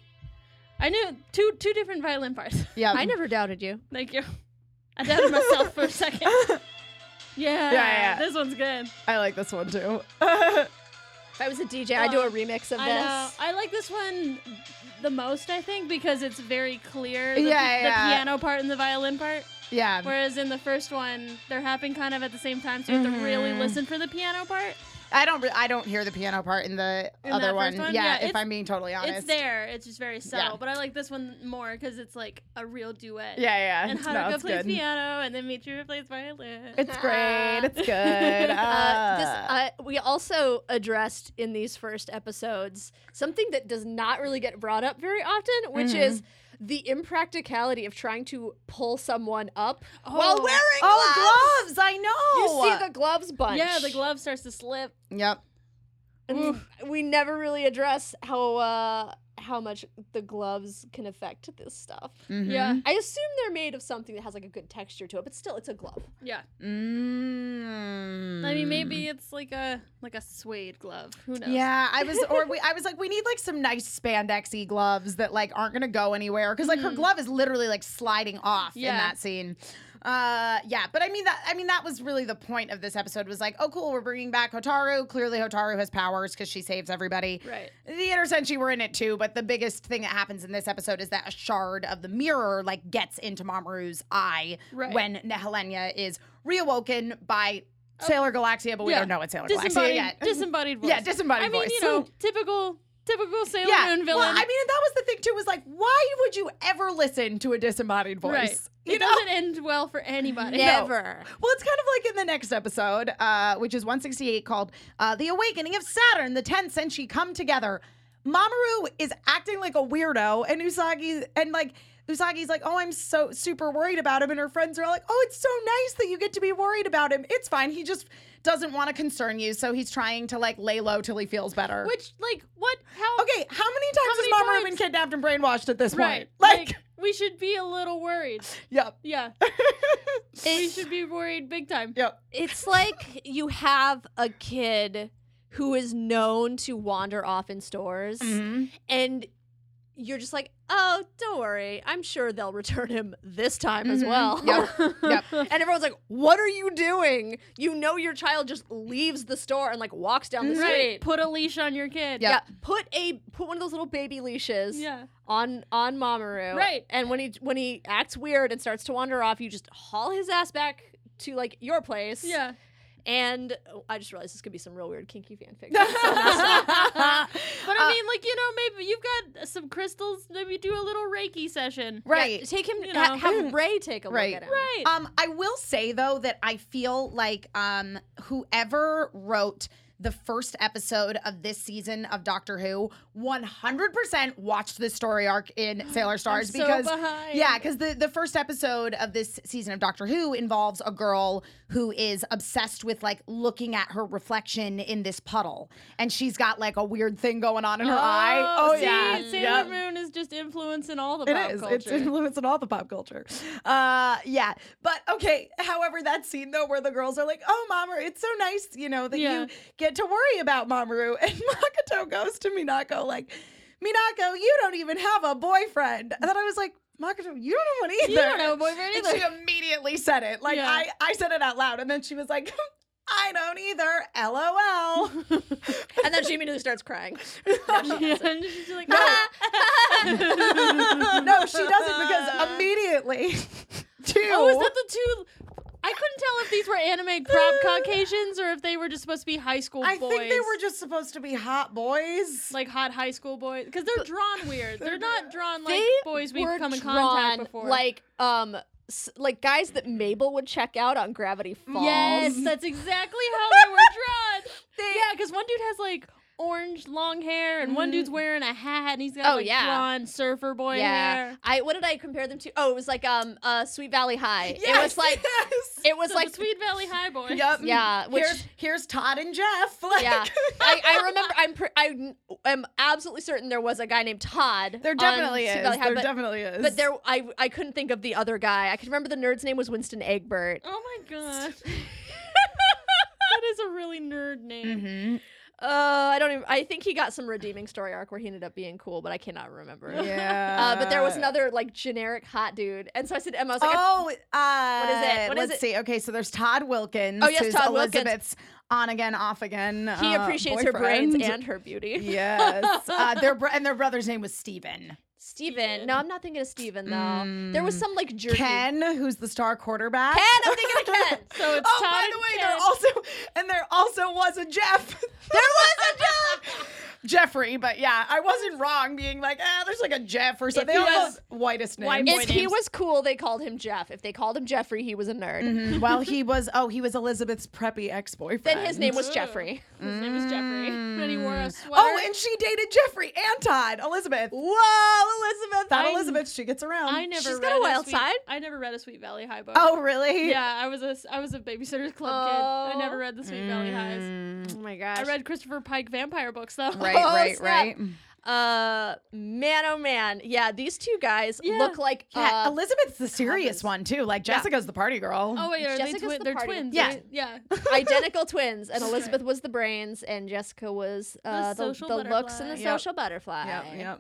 Speaker 3: I knew two two different violin parts.
Speaker 1: Yeah.
Speaker 4: I never doubted you.
Speaker 3: Thank you. I doubted myself for a second. Yeah,
Speaker 1: yeah.
Speaker 3: This one's good.
Speaker 1: I like this one too.
Speaker 4: If I was a DJ, I'd do a remix of
Speaker 3: I know.
Speaker 4: this.
Speaker 3: I like this one the most, I think, because it's very clear. The,
Speaker 1: Yeah,
Speaker 3: the
Speaker 1: yeah.
Speaker 3: piano part and the violin part.
Speaker 1: yeah.
Speaker 3: Whereas in the first one, they're happening kind of at the same time, so you
Speaker 1: Mm-hmm.
Speaker 3: have to really listen for the piano part.
Speaker 1: I don't. Re- I don't hear the piano part in the
Speaker 3: In
Speaker 1: other
Speaker 3: that
Speaker 1: one.
Speaker 3: first one? Yeah,
Speaker 1: Yeah, If
Speaker 3: it's-
Speaker 1: I'm being totally honest.
Speaker 3: It's there. It's just very subtle.
Speaker 1: Yeah.
Speaker 3: But I like this one more because it's like a real duet.
Speaker 1: Yeah, yeah.
Speaker 3: And
Speaker 1: No,
Speaker 3: Haruka
Speaker 1: it's
Speaker 3: plays
Speaker 1: good.
Speaker 3: piano, and then Michiru plays violin.
Speaker 1: It's great. It's good.
Speaker 4: Uh, this,
Speaker 1: Uh,
Speaker 4: uh, we also addressed in these first episodes something that does not really get brought up very often, which is the impracticality of trying to pull someone up while
Speaker 3: Oh.
Speaker 4: wearing
Speaker 1: oh,
Speaker 4: gloves.
Speaker 1: gloves! I know.
Speaker 4: You see the gloves bunch.
Speaker 3: yeah, the glove starts to slip.
Speaker 1: Yep.
Speaker 4: And we never really address how uh, how much the gloves can affect this stuff.
Speaker 1: Mhm.
Speaker 3: Yeah,
Speaker 4: I assume they're made of something that has like a good texture to it, but still, it's a glove.
Speaker 3: yeah.
Speaker 1: Mm.
Speaker 3: I mean, maybe it's like a like a suede glove. Who knows?
Speaker 1: Yeah, I was, or we, I was like, we need like some nice spandexy gloves that like aren't gonna go anywhere because like her glove is literally like sliding off in
Speaker 3: Mm-hmm. Yeah.
Speaker 1: that scene. Uh, yeah, but I mean that, I mean that was really the point of this episode was like, oh cool, we're bringing back Hotaru. Clearly, Hotaru has powers because she saves everybody.
Speaker 3: Right.
Speaker 1: The inner senshi were in it too, but the biggest thing that happens in this episode is that a shard of the mirror like gets into Mamoru's eye
Speaker 3: Right.
Speaker 1: when Helena is reawoken by. Sailor Galaxia, but we
Speaker 3: Oh. yeah.
Speaker 1: don't know what Sailor Galaxia
Speaker 3: disembodied,
Speaker 1: yet.
Speaker 3: disembodied voice.
Speaker 1: Yeah, disembodied
Speaker 3: I mean,
Speaker 1: voice.
Speaker 3: you know, typical, typical Sailor Moon villain.
Speaker 1: Well, I mean, and that was the thing too. Was like, why would you ever listen to a disembodied voice?
Speaker 3: right.
Speaker 1: You
Speaker 3: it
Speaker 1: know.
Speaker 3: doesn't end well for anybody.
Speaker 4: Never.
Speaker 1: well, it's kind of like in the next episode, uh, which is 168, called uh, "The Awakening of Saturn." The ten Senshi come together. Mamoru is acting like a weirdo, and Usagi and like Usagi's like, "Oh, I'm so super worried about him," and her friends are like, "Oh, it's so nice that you get to be worried about him. It's fine. He just doesn't want to concern you, so he's trying to like lay low till he feels better."
Speaker 3: Which, like, what? How?
Speaker 1: Okay, how many times has
Speaker 3: many
Speaker 1: Mama
Speaker 3: times?
Speaker 1: been kidnapped and brainwashed at this
Speaker 3: Right.
Speaker 1: point? Like,
Speaker 3: we should be a little worried.
Speaker 1: yep,
Speaker 3: Yeah. we should be worried big time.
Speaker 1: yep.
Speaker 4: It's like you have a kid who is known to wander off in stores
Speaker 1: Mm-hmm.
Speaker 4: and you're just like, "Oh, don't worry. I'm sure they'll return him this time as
Speaker 1: Mhm.
Speaker 4: well."
Speaker 1: Yep. Yep.
Speaker 4: and everyone's like, "What are you doing? You know your child just leaves the store and like walks down the
Speaker 3: right.
Speaker 4: street."
Speaker 3: Put a leash on your kid.
Speaker 1: Yeah.
Speaker 4: Yeah, put a put one of those little baby leashes
Speaker 3: Yeah.
Speaker 4: on on Mamoru.
Speaker 3: Right.
Speaker 4: And when he when he acts weird and starts to wander off, you just haul his ass back to like your place.
Speaker 3: Yeah.
Speaker 4: And oh, I just realized this could be some real weird kinky fanfic.
Speaker 3: But
Speaker 1: Uh,
Speaker 3: I mean, like, you know, maybe you've got some crystals. Maybe do a little Reiki session.
Speaker 4: Yeah,
Speaker 1: right. Hmm.
Speaker 4: take him.
Speaker 3: You
Speaker 4: ha-
Speaker 3: know.
Speaker 4: have Ray take a
Speaker 1: Right.
Speaker 4: look at him.
Speaker 3: Right.
Speaker 1: Um, I will say though that I feel like um, whoever wrote the first episode of this season of Doctor Who 100% watched the story arc in Sailor Stars
Speaker 3: so
Speaker 1: because
Speaker 3: behind.
Speaker 1: yeah, because the the first episode of this season of Doctor Who involves a girl who is obsessed with like looking at her reflection in this puddle, and she's got like a weird thing going on in her eye.
Speaker 3: Oh, see, Sailor
Speaker 1: oh, Yep.
Speaker 3: Moon is just influencing all the
Speaker 1: It
Speaker 3: pop
Speaker 1: is.
Speaker 3: culture.
Speaker 1: It's influencing all the pop culture. Uh, yeah. But okay. However, that scene though, where the girls are like, "Oh, Mamoru, it's so nice, you know, that
Speaker 3: Yeah.
Speaker 1: you get to worry about Mamoru," and Makoto goes to Minako like, "Minako, you don't even have a boyfriend." And then I was like, "Makoto, you don't have one either."
Speaker 3: you don't have a boyfriend
Speaker 1: And
Speaker 3: either.
Speaker 1: she immediately said it. Like
Speaker 3: Yeah.
Speaker 1: I, I said it out loud, and then she was like, "I don't either." LOL.
Speaker 4: And then she immediately starts crying.
Speaker 3: yeah, and she's like, "Ah,
Speaker 1: no, she doesn't because immediately. Two.
Speaker 3: oh, is that the two? I couldn't tell if these were anime prop Caucasians or if they were just supposed to be high school
Speaker 1: I
Speaker 3: boys.
Speaker 1: think they were just supposed to be hot boys.
Speaker 3: like hot high school boys because they're drawn weird. They're not drawn like
Speaker 4: They
Speaker 3: boys we've
Speaker 4: were
Speaker 3: come in
Speaker 4: drawn
Speaker 3: contact before.
Speaker 4: Like um, s- like guys that Mabel would check out on Gravity Falls.
Speaker 3: yes,
Speaker 1: Mm-hmm.
Speaker 3: that's exactly how they were drawn. yeah, because one dude has like orange long hair and one dude's wearing a hat and he's got
Speaker 4: Mm. Oh,
Speaker 3: like
Speaker 4: yeah.
Speaker 3: blonde surfer boy
Speaker 4: Yeah.
Speaker 3: hair.
Speaker 4: I what did I compare them to? Oh, it was like um uh Sweet Valley High. it
Speaker 1: Yes,
Speaker 4: was like
Speaker 1: yes.
Speaker 4: it was
Speaker 3: So
Speaker 4: like
Speaker 3: the Sweet Valley High boys.
Speaker 1: Yep.
Speaker 4: yeah, which
Speaker 1: here's, here's Todd and Jeff. Like,
Speaker 4: yeah. I, I remember I'm pr- I am absolutely certain there was a guy named Todd.
Speaker 1: there
Speaker 4: on
Speaker 1: definitely
Speaker 4: Sweet
Speaker 1: is.
Speaker 4: Valley High,
Speaker 1: there
Speaker 4: but,
Speaker 1: definitely is.
Speaker 4: but there I I couldn't think of the other guy. I could remember the nerd's name was Winston Egbert.
Speaker 3: Oh my gosh. that is a really nerd name.
Speaker 4: Uh, I don't even I think he got some redeeming story arc where he ended up being cool, but I cannot remember.
Speaker 1: Yeah.
Speaker 4: Uh, but there was another like generic hot dude, and so I said to Emma, I was like, I-
Speaker 1: Oh, uh,
Speaker 4: What is it? What is
Speaker 1: let's
Speaker 4: it?
Speaker 1: see. Okay, so there's Todd Wilkins.
Speaker 4: Oh, yes,
Speaker 1: who's
Speaker 4: Todd Wilkins.
Speaker 1: Elizabeth's on again, off again.
Speaker 4: he
Speaker 1: uh,
Speaker 4: appreciates her brains
Speaker 1: boyfriend.
Speaker 4: and her beauty.
Speaker 1: yes. Uh, their br- and their brother's name was Steven.
Speaker 4: Steven. No, I'm not thinking of Steven though. There
Speaker 1: Mm.
Speaker 4: was some like jerky.
Speaker 1: Ken, who's the star quarterback.
Speaker 4: Ken, I'm thinking of Ken.
Speaker 3: So it's
Speaker 1: oh,
Speaker 3: Todd
Speaker 1: by
Speaker 3: and
Speaker 1: the way,
Speaker 3: Ken.
Speaker 1: there also and there also was a Jeff. There was a Jeff. Jeffrey, but yeah, I wasn't wrong being like, ah, there's like a Jeff or something. They
Speaker 4: he
Speaker 1: all
Speaker 4: was-
Speaker 1: have whitest names.
Speaker 3: White boy
Speaker 4: If he
Speaker 3: names.
Speaker 4: was cool, they called him Jeff. If they called him Jeffrey, he was a nerd.
Speaker 1: Mm, well, he was. Oh, he was Elizabeth's preppy ex-boyfriend.
Speaker 4: Then his name was
Speaker 3: Ooh.
Speaker 4: Jeffrey.
Speaker 3: His name was Jeffrey, and he wore a sweater.
Speaker 1: Oh, and she dated Jeffrey and Todd. Elizabeth. Whoa, Elizabeth. Not
Speaker 3: I-
Speaker 1: Elizabeth. She gets around.
Speaker 3: I never
Speaker 4: She's
Speaker 3: read
Speaker 4: got a wild
Speaker 3: sweet,
Speaker 4: side.
Speaker 3: I never read a Sweet Valley High book.
Speaker 1: Oh, really?
Speaker 3: yeah, I was a I was a Babysitter's Club kid. I never
Speaker 4: Oh.
Speaker 3: read the Sweet Valley Highs.
Speaker 4: Oh my gosh.
Speaker 3: I read Christopher Pike vampire books though.
Speaker 1: Right,
Speaker 4: Oh,
Speaker 1: right,
Speaker 4: snap.
Speaker 1: right.
Speaker 4: Uh, man, oh man. Yeah, these two guys
Speaker 3: Yeah.
Speaker 4: look like.
Speaker 1: Yeah,
Speaker 4: uh,
Speaker 1: Elizabeth's the serious
Speaker 4: Todd is-
Speaker 1: one too. Like Jessica's the party girl.
Speaker 3: Oh wait, are
Speaker 4: Jessica's
Speaker 3: they twi-
Speaker 4: the
Speaker 3: they're
Speaker 4: party.
Speaker 3: twins?
Speaker 1: Yeah.
Speaker 3: right? yeah.
Speaker 4: identical twins, and Elizabeth was the brains, and Jessica was uh, the,
Speaker 3: social
Speaker 4: the looks and the
Speaker 3: butterfly.
Speaker 1: Yep.
Speaker 4: social butterfly.
Speaker 1: Yep, yep.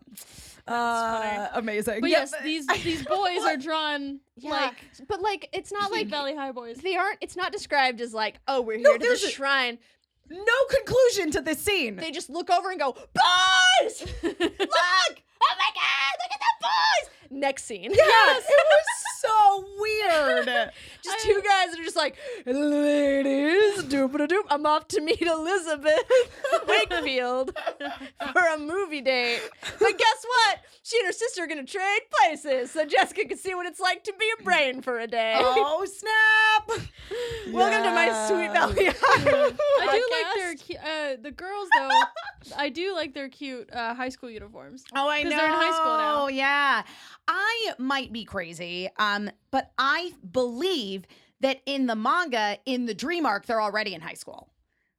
Speaker 1: Uh, amazing.
Speaker 3: But
Speaker 1: Yeah,
Speaker 3: yes, these these boys are drawn
Speaker 4: Yeah.
Speaker 3: like
Speaker 4: but like, it's not
Speaker 3: Sweet
Speaker 4: like
Speaker 3: Valley High boys.
Speaker 4: they aren't. It's not described as like, oh, we're
Speaker 1: No,
Speaker 4: here to the
Speaker 1: there's a-
Speaker 4: shrine.
Speaker 1: no conclusion to this scene.
Speaker 4: They just look over and go, boys, look! Oh my god, look
Speaker 3: ah,
Speaker 4: at the boys! Next scene.
Speaker 1: yes, it was so weird.
Speaker 4: Just two guys that are just like, ladies, doop a doop. I'm off to meet Elizabeth Wakefield for a movie date. But guess what? She and her sister are gonna trade places so Jessica can see what it's like to be a brain for a day.
Speaker 1: oh snap!
Speaker 4: Welcome to my sweet valley. High
Speaker 3: I do like their
Speaker 4: podcast.
Speaker 3: cu- uh, the girls though. I do like their cute uh, high school uniforms.
Speaker 1: Oh, I know.
Speaker 3: 'Cause they're in high school now.
Speaker 1: Oh, yeah. I might be crazy, um, but I believe that in the manga, in the dream arc, they're already in high school.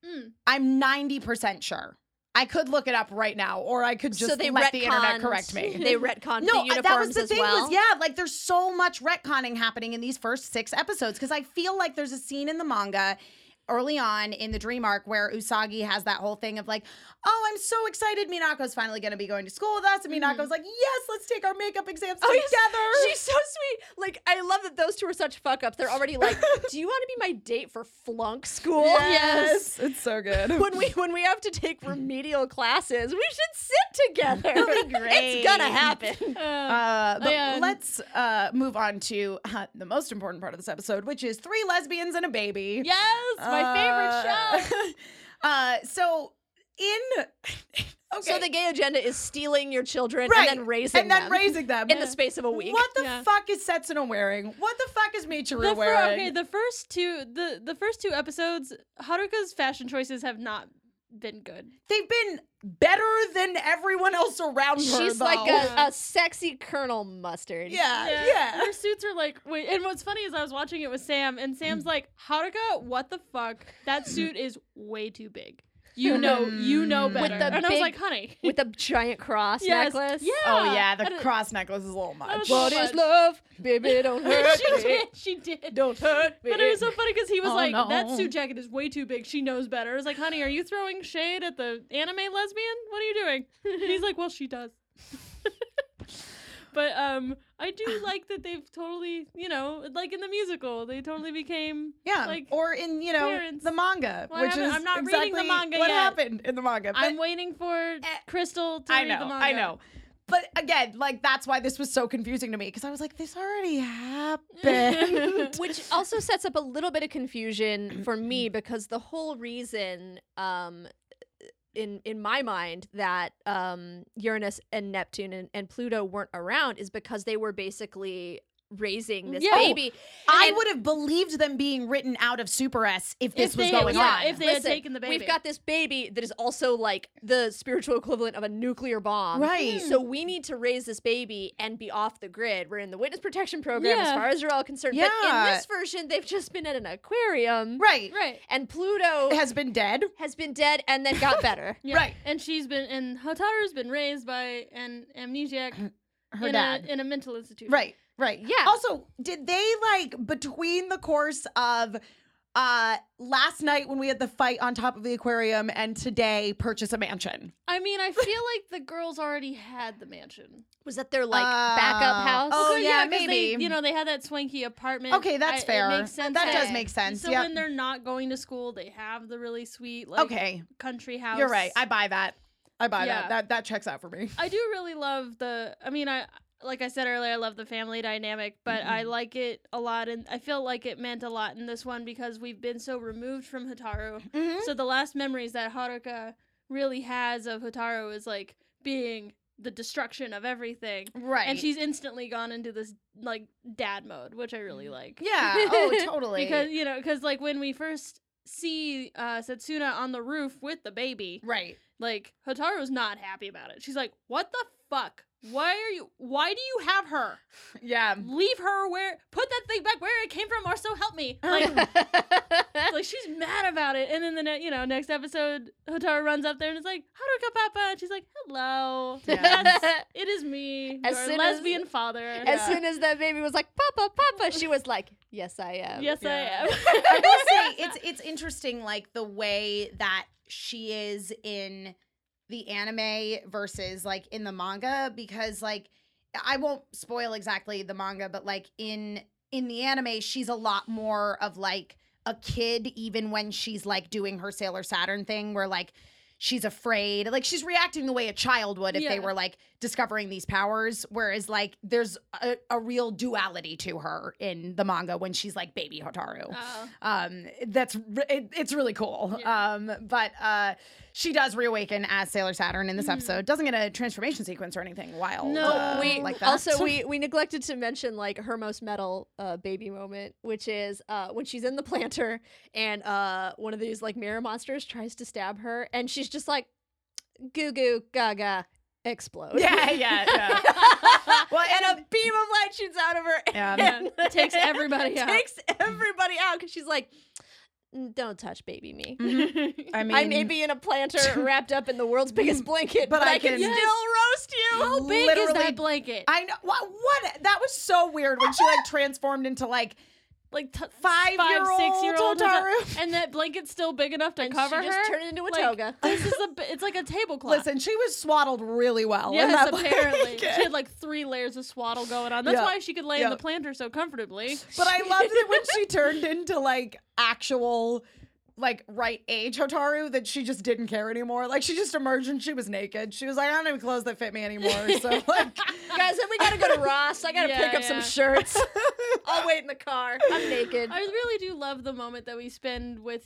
Speaker 3: Mm.
Speaker 1: I'm 90% sure. I could look it up right now, or I could just
Speaker 4: so they
Speaker 1: let
Speaker 4: retconned.
Speaker 1: the internet correct me.
Speaker 4: They retconned
Speaker 1: No,
Speaker 4: the
Speaker 1: I-
Speaker 4: uniforms
Speaker 1: that was the
Speaker 4: as
Speaker 1: thing
Speaker 4: well.
Speaker 1: was yeah, like there's so much retconning happening in these first six episodes because I feel like there's a scene in the manga early on in the dream arc where Usagi has that whole thing of like, oh, I'm so excited. Minako's finally going to be going to school with us. And Minako's like, yes, let's take our makeup exams
Speaker 4: Mm-hmm. Oh,
Speaker 1: together.
Speaker 4: yes. She's so sweet. Like, I love that those two are such fuck ups. They're already like, do you want to be my date for flunk school?
Speaker 3: Yes.
Speaker 1: It's so good.
Speaker 4: When we when we have to take remedial classes, we should sit together. It's gonna
Speaker 1: great.
Speaker 4: happen.
Speaker 3: Uh,
Speaker 4: Oh,
Speaker 1: Uh, but
Speaker 3: yeah.
Speaker 1: let's uh, move on to uh, the most important part of this episode, which is three lesbians and a baby.
Speaker 3: yes, my favorite show.
Speaker 1: favorite show. uh, so in okay,
Speaker 4: So the gay agenda is stealing your children
Speaker 1: Right.
Speaker 4: and then raising
Speaker 1: and then
Speaker 4: them
Speaker 1: raising them
Speaker 4: in the space of a week.
Speaker 1: What the
Speaker 3: Yeah.
Speaker 1: fuck is Setsuna wearing? What the fuck is Michiru
Speaker 3: The fir-
Speaker 1: wearing?
Speaker 3: okay, the first two the the first two episodes, Haruka's fashion choices have not been good.
Speaker 1: They've been better than everyone else around her.
Speaker 4: She's
Speaker 1: though.
Speaker 4: like
Speaker 3: Yeah.
Speaker 4: a, a sexy Colonel Mustard.
Speaker 1: yeah, Uh, yeah.
Speaker 3: Her suits are like wait, and what's funny is I was watching it with Sam and Sam's like, "Haruka, what the fuck? That suit is way too big. You know, you know
Speaker 1: Mm.
Speaker 3: better."
Speaker 4: With the
Speaker 3: and I was
Speaker 4: big-
Speaker 3: like, "Honey."
Speaker 4: With a giant cross
Speaker 3: Yes.
Speaker 4: necklace.
Speaker 3: Yeah.
Speaker 1: Oh yeah, the
Speaker 3: And it-
Speaker 1: cross necklace is a little
Speaker 3: That
Speaker 1: much.
Speaker 3: was-
Speaker 4: What is love? Baby, don't hurt
Speaker 3: she
Speaker 4: me.
Speaker 3: did. She did.
Speaker 4: Don't hurt me.
Speaker 3: But it was so funny because he was
Speaker 1: Oh,
Speaker 3: like, "That
Speaker 1: no.
Speaker 3: suit jacket is way too big. She knows better." I was like, "Honey, are you throwing shade at the anime lesbian? What are you doing?" And he's like, "Well, she does." but um, I do like that they've totally, you know, like in the musical, they totally became
Speaker 1: yeah,
Speaker 3: like
Speaker 1: or in you know
Speaker 3: parents.
Speaker 1: the manga,
Speaker 3: Well, I
Speaker 1: which
Speaker 3: haven't-
Speaker 1: is
Speaker 3: I'm not
Speaker 1: exactly
Speaker 3: reading the manga
Speaker 1: what
Speaker 3: yet.
Speaker 1: happened in the manga. but- Eh,
Speaker 3: I'm waiting for Crystal to
Speaker 1: I
Speaker 3: read
Speaker 1: know,
Speaker 3: the manga.
Speaker 1: I know. But again, like that's why this was so confusing to me because I was like, this already happened.
Speaker 4: Which also sets up a little bit of confusion for me because the whole reason, um, in in my mind, that um, Uranus and Neptune and, and Pluto weren't around is because they were basically raising this
Speaker 3: Yeah.
Speaker 4: baby.
Speaker 1: I
Speaker 4: And-
Speaker 1: would have believed them being written out of Super S if this was
Speaker 3: Oh, If they-
Speaker 1: going
Speaker 3: yeah,
Speaker 1: on.
Speaker 3: if they had taken the baby.
Speaker 4: We've got this baby that is also like the spiritual equivalent of a nuclear bomb.
Speaker 1: Right.
Speaker 4: So we need to raise this baby and be off the grid. We're in the witness protection program as
Speaker 3: Yeah.
Speaker 4: far as you're all concerned. But in
Speaker 1: Yeah.
Speaker 4: this version, they've just been at an aquarium.
Speaker 1: right.
Speaker 3: Right.
Speaker 4: And Pluto
Speaker 1: Has been dead.
Speaker 4: has been dead and then got better.
Speaker 3: Yeah.
Speaker 1: Right.
Speaker 3: And she's been and Hotaru's been raised by an amnesiac
Speaker 1: Her
Speaker 3: in
Speaker 1: dad.
Speaker 3: a in a mental institution.
Speaker 1: right. Right.
Speaker 4: Yeah.
Speaker 1: Also, did they like between the course of uh last night when we had the fight on top of the aquarium and today purchase a mansion?
Speaker 3: I mean, I feel like the girls already had the mansion.
Speaker 4: Was that their like
Speaker 1: Oh.
Speaker 4: backup house?
Speaker 1: Oh,
Speaker 3: Well,
Speaker 1: yeah,
Speaker 3: 'cause
Speaker 1: maybe.
Speaker 3: They, you know, they had that swanky apartment.
Speaker 1: Okay, that's fair.
Speaker 3: It makes sense
Speaker 1: That
Speaker 4: does
Speaker 1: make sense,
Speaker 3: So
Speaker 1: yep.
Speaker 3: when they're not going to school, they have the really sweet, like,
Speaker 1: Okay.
Speaker 3: country house.
Speaker 1: You're right. I buy that. I buy
Speaker 3: Yeah.
Speaker 1: that. That that checks out for me.
Speaker 3: I do really love the. I mean, I like I said earlier, I love the family dynamic, but I
Speaker 1: Mm-hmm.
Speaker 3: like it a lot, and I feel like it meant a lot in this one because we've been so removed from Hotaru.
Speaker 1: Mhm.
Speaker 3: So the last memories that Haruka really has of Hotaru is like being the destruction of everything.
Speaker 1: Right.
Speaker 3: And she's instantly gone into this like dad mode, which I really like.
Speaker 1: Yeah. Oh, totally.
Speaker 3: Because you know, because like when we first see uh, Setsuna on the roof with the baby,
Speaker 1: right.
Speaker 3: like Hotaru's not happy about it. She's like, "What the fuck? Why are you? Why do you have her?
Speaker 1: Yeah.
Speaker 3: Leave her where? Put that thing back where it came from, or so help me!" Like, like she's mad about it. And then the ne- you know next episode, Hotaru runs up there and is like, "Haruka, Papa," and she's like, "Hello,
Speaker 1: Yeah.
Speaker 3: That's- it is me,
Speaker 4: As
Speaker 3: your
Speaker 4: soon as-
Speaker 3: lesbian father." uh,
Speaker 4: As
Speaker 1: Yeah.
Speaker 4: soon as that baby was like, Papa, Papa, she was like, Yes, I am.
Speaker 3: Yes,
Speaker 1: Yeah.
Speaker 3: I am.
Speaker 1: I will say it's it's interesting, like the way that she is in the anime versus like in the manga, because like I won't spoil exactly the manga, but like in in the anime, she's a lot more of like a kid, even when she's like doing her Sailor Saturn thing, where like she's afraid, like she's reacting the way a child would if
Speaker 3: Yeah.
Speaker 1: they were like discovering these powers. Whereas like there's a, a real duality to her in the manga when she's like baby Hotaru
Speaker 3: Oh.
Speaker 1: um that's re- it, it's really cool
Speaker 3: Yeah.
Speaker 1: um but uh she does reawaken as sailor saturn in this episode doesn't get a transformation sequence or anything wild
Speaker 3: No,
Speaker 1: uh,
Speaker 4: we
Speaker 1: like that
Speaker 4: also we we neglected to mention like her most metal uh, baby moment, which is uh, when she's in the planter and uh, one of these like mirror monsters tries to stab her, and she's just like, "Goo goo gaga, explode!"
Speaker 1: yeah yeah, yeah. well and um,
Speaker 4: and a beam of light shoots out of her.
Speaker 1: Yeah.
Speaker 4: and-
Speaker 3: Yeah, takes everybody out.
Speaker 4: Takes everybody out because she's like, "Mm, "Don't touch baby me."
Speaker 1: a, Mm-hmm. I mean
Speaker 4: I may be in a planter wrapped up in the world's biggest blanket, but, I, can,
Speaker 1: Yes.
Speaker 4: still roast you.
Speaker 3: How big is
Speaker 1: Literally-
Speaker 3: that blanket?
Speaker 1: I know what what that was so weird when she like transformed into like
Speaker 3: like t-
Speaker 1: Five year
Speaker 3: five,
Speaker 1: old
Speaker 3: six year old,
Speaker 1: Otaru.
Speaker 3: and that blanket's still big enough to
Speaker 4: And she
Speaker 3: cover
Speaker 4: just
Speaker 3: her.
Speaker 4: turned it into a
Speaker 3: Like,
Speaker 4: toga.
Speaker 3: This is a. b- It's like a tablecloth.
Speaker 1: Listen, she was swaddled really well. in
Speaker 3: Yes,
Speaker 1: that
Speaker 3: apparently
Speaker 1: blanket.
Speaker 3: she had like three layers of swaddle going on. That's
Speaker 1: Yeah.
Speaker 3: why she could lay in
Speaker 1: Yeah.
Speaker 3: the planter so comfortably.
Speaker 1: But I loved that when she turned into like actual like right age Hotaru that she just didn't care anymore. Like she just emerged and she was naked. She was like, I don't have any clothes that fit me anymore. So like
Speaker 4: Guys, then we gotta go to Ross. I gotta
Speaker 3: Yeah,
Speaker 4: pick up some
Speaker 3: yeah.
Speaker 4: shirts. I'll wait in the car. I'm naked.
Speaker 3: I really do love the moment that we spend with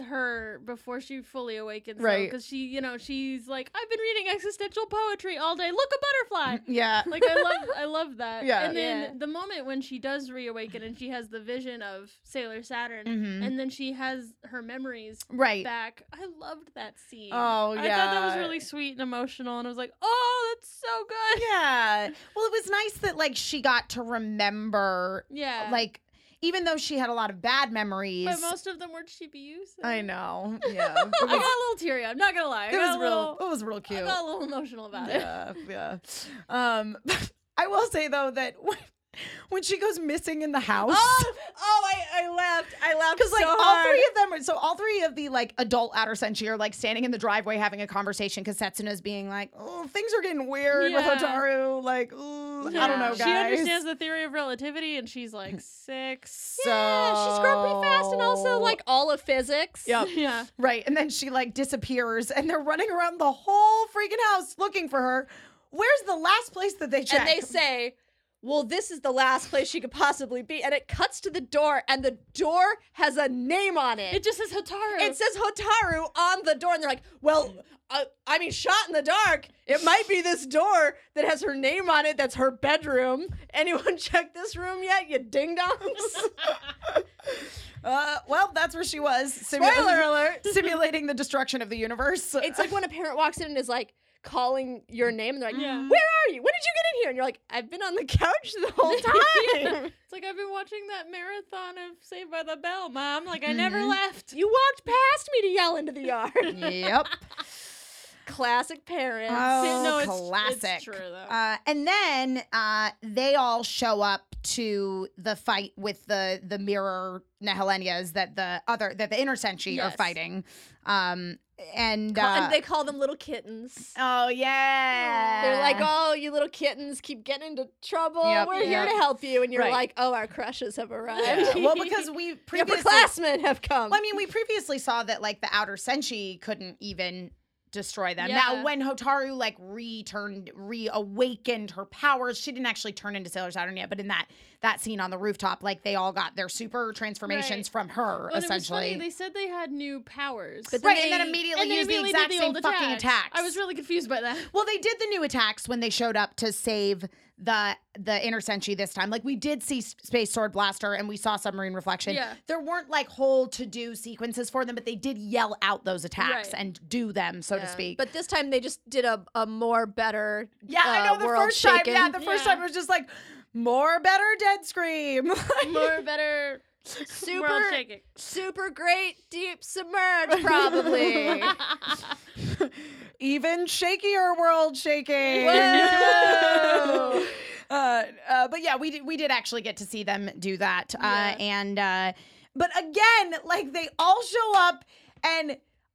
Speaker 3: her before she fully awakens,
Speaker 1: Right.
Speaker 3: Because she, you know, she's like, I've been reading existential poetry all day. Look a butterfly.
Speaker 1: mm, Yeah.
Speaker 3: like I love, I love that.
Speaker 1: Yeah.
Speaker 3: And then
Speaker 4: Yeah.
Speaker 3: the moment when she does reawaken and she has the vision of Sailor Saturn,
Speaker 1: Mhm.
Speaker 3: and then she has her memories
Speaker 1: Right.
Speaker 3: back. I loved that scene.
Speaker 1: Oh,
Speaker 3: I thought that was
Speaker 1: yeah.
Speaker 3: really sweet and emotional, and I was like, oh, that's so good.
Speaker 1: Yeah. Well, it was nice that like she got to remember
Speaker 3: Yeah.
Speaker 1: Oh, like even though she had a lot of bad memories.
Speaker 3: but most of them were GPUs.
Speaker 1: I know. Yeah. It
Speaker 3: I got a
Speaker 1: was,
Speaker 3: little teary. I'm not gonna lie. I
Speaker 1: it
Speaker 3: got
Speaker 1: was
Speaker 3: a
Speaker 1: real
Speaker 3: little-
Speaker 1: it was real cute.
Speaker 3: I got a little emotional about it.
Speaker 1: yeah, yeah. Um, I will say though that when, when she goes missing in the house,
Speaker 4: Oh, oh, I, I laughed. I laughed
Speaker 1: because like
Speaker 4: so
Speaker 1: all
Speaker 4: hard.
Speaker 1: three of them, are, so all three of the like adult outer senshi are like standing in the driveway having a conversation because Setsuna's being like, "Oh, things are getting weird
Speaker 3: Yeah.
Speaker 1: with Otaru." Like, ooh, I
Speaker 3: Yeah.
Speaker 1: don't know, guys.
Speaker 3: She understands the theory of relativity, and she's like six.
Speaker 1: So,
Speaker 4: Yeah, she's grown pretty fast, and also like all of physics.
Speaker 1: Yep.
Speaker 3: yeah.
Speaker 1: Right. And then she like disappears and they're running around the whole freaking house looking for her. Where's the last place that they checked?
Speaker 4: And they say, "Well, this is the last place she could possibly be." And it cuts to the door, and the door has a name on it.
Speaker 3: It just says Hotaru.
Speaker 4: It says Hotaru on the door, and they're like, "Well, uh, I mean, shot in the dark. It might be this door that has her name on it. That's her bedroom. Anyone check this room yet? You ding dongs."
Speaker 1: Uh, well, that's where she was. Simu-
Speaker 4: Spoiler alert.
Speaker 1: Simulating the destruction of the universe.
Speaker 4: it's like when a parent walks in and is like calling your name, and they're like,
Speaker 3: Yeah.
Speaker 4: "Where are you? When did you get in here?" And you're like, "I've been on the couch the whole time."
Speaker 3: It's like I've been watching that marathon of Saved by the Bell, Mom. Like I never
Speaker 1: Mm-hmm.
Speaker 3: left.
Speaker 4: You walked past me to yell into the yard.
Speaker 1: yep.
Speaker 4: Classic parents.
Speaker 1: Oh,
Speaker 3: no, it's-
Speaker 1: classic.
Speaker 3: it's true, though.
Speaker 1: Uh, and then uh, they all show up to the fight with the the mirror Nehelenias that the other that the inner senshi are
Speaker 3: Yes.
Speaker 1: fighting. Um, and, uh,
Speaker 4: and they call them little kittens.
Speaker 1: oh yeah,
Speaker 4: They're like, oh, you little kittens keep getting into trouble.
Speaker 1: Yep,
Speaker 4: We're
Speaker 1: yep.
Speaker 4: here to help you. And you're
Speaker 1: Right.
Speaker 4: like, oh, our crushes have arrived.
Speaker 1: Yeah. well, because we
Speaker 4: The
Speaker 1: previously
Speaker 4: upperclassmen have come.
Speaker 1: Well, I mean, we previously saw that like the outer senshi couldn't even destroy them. Now,
Speaker 3: Yeah.
Speaker 1: when Hotaru like returned, reawakened her powers, she didn't actually turn into Sailor Saturn yet. But in that that scene on the rooftop, like they all got their super transformations
Speaker 3: Right.
Speaker 1: from her,
Speaker 3: But it was
Speaker 1: essentially.
Speaker 3: funny, They said they had new powers.
Speaker 4: But
Speaker 1: right, and then
Speaker 4: they-
Speaker 1: immediately
Speaker 3: they
Speaker 1: used
Speaker 3: immediately
Speaker 1: the exact
Speaker 3: did
Speaker 1: same
Speaker 3: old
Speaker 1: fucking attacks.
Speaker 3: I was really confused by that.
Speaker 1: well, they did the new attacks when they showed up to save the the inner senshi this time. Like we did see S- space sword blaster and we saw submarine reflection.
Speaker 3: Yeah.
Speaker 1: There weren't like whole to do sequences for them, but they did yell out those attacks
Speaker 3: Right.
Speaker 1: and do them, so to
Speaker 4: Yeah.
Speaker 1: speak.
Speaker 4: But this time they just did a, a more better.
Speaker 1: Yeah, I know
Speaker 4: uh,
Speaker 1: the
Speaker 4: world
Speaker 1: first time.
Speaker 4: shaken.
Speaker 1: Yeah, the first
Speaker 3: Yeah.
Speaker 1: time it was just like more better dead scream.
Speaker 3: More better. World
Speaker 4: super,
Speaker 3: shaking.
Speaker 4: super great deep submerge, probably.
Speaker 1: Even shakier world shaking.
Speaker 4: Whoa.
Speaker 1: uh, uh, but yeah, we did, we did actually get to see them do that.
Speaker 3: Yeah.
Speaker 1: Uh, and uh, but again, like they all show up and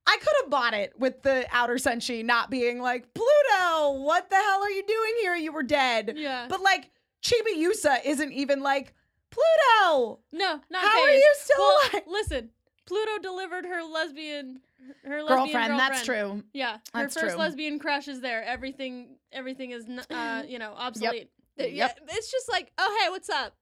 Speaker 1: I could have bought it with the outer senshi not being like Pluto. What the hell are you doing here? You were dead.
Speaker 3: Yeah.
Speaker 1: But like Chibi Yusa isn't even like Pluto.
Speaker 3: No, not
Speaker 1: How are
Speaker 3: phased.
Speaker 1: you still
Speaker 3: Well,
Speaker 1: alive?
Speaker 3: Listen, Pluto delivered her lesbian, her lesbian
Speaker 1: girlfriend,
Speaker 3: girlfriend.
Speaker 1: That's true.
Speaker 3: Yeah, her
Speaker 1: That's
Speaker 3: first
Speaker 1: true.
Speaker 3: lesbian crush is there. Everything, everything is, n- uh, you know, obsolete.
Speaker 4: yeah, it's just like, oh, hey, what's up?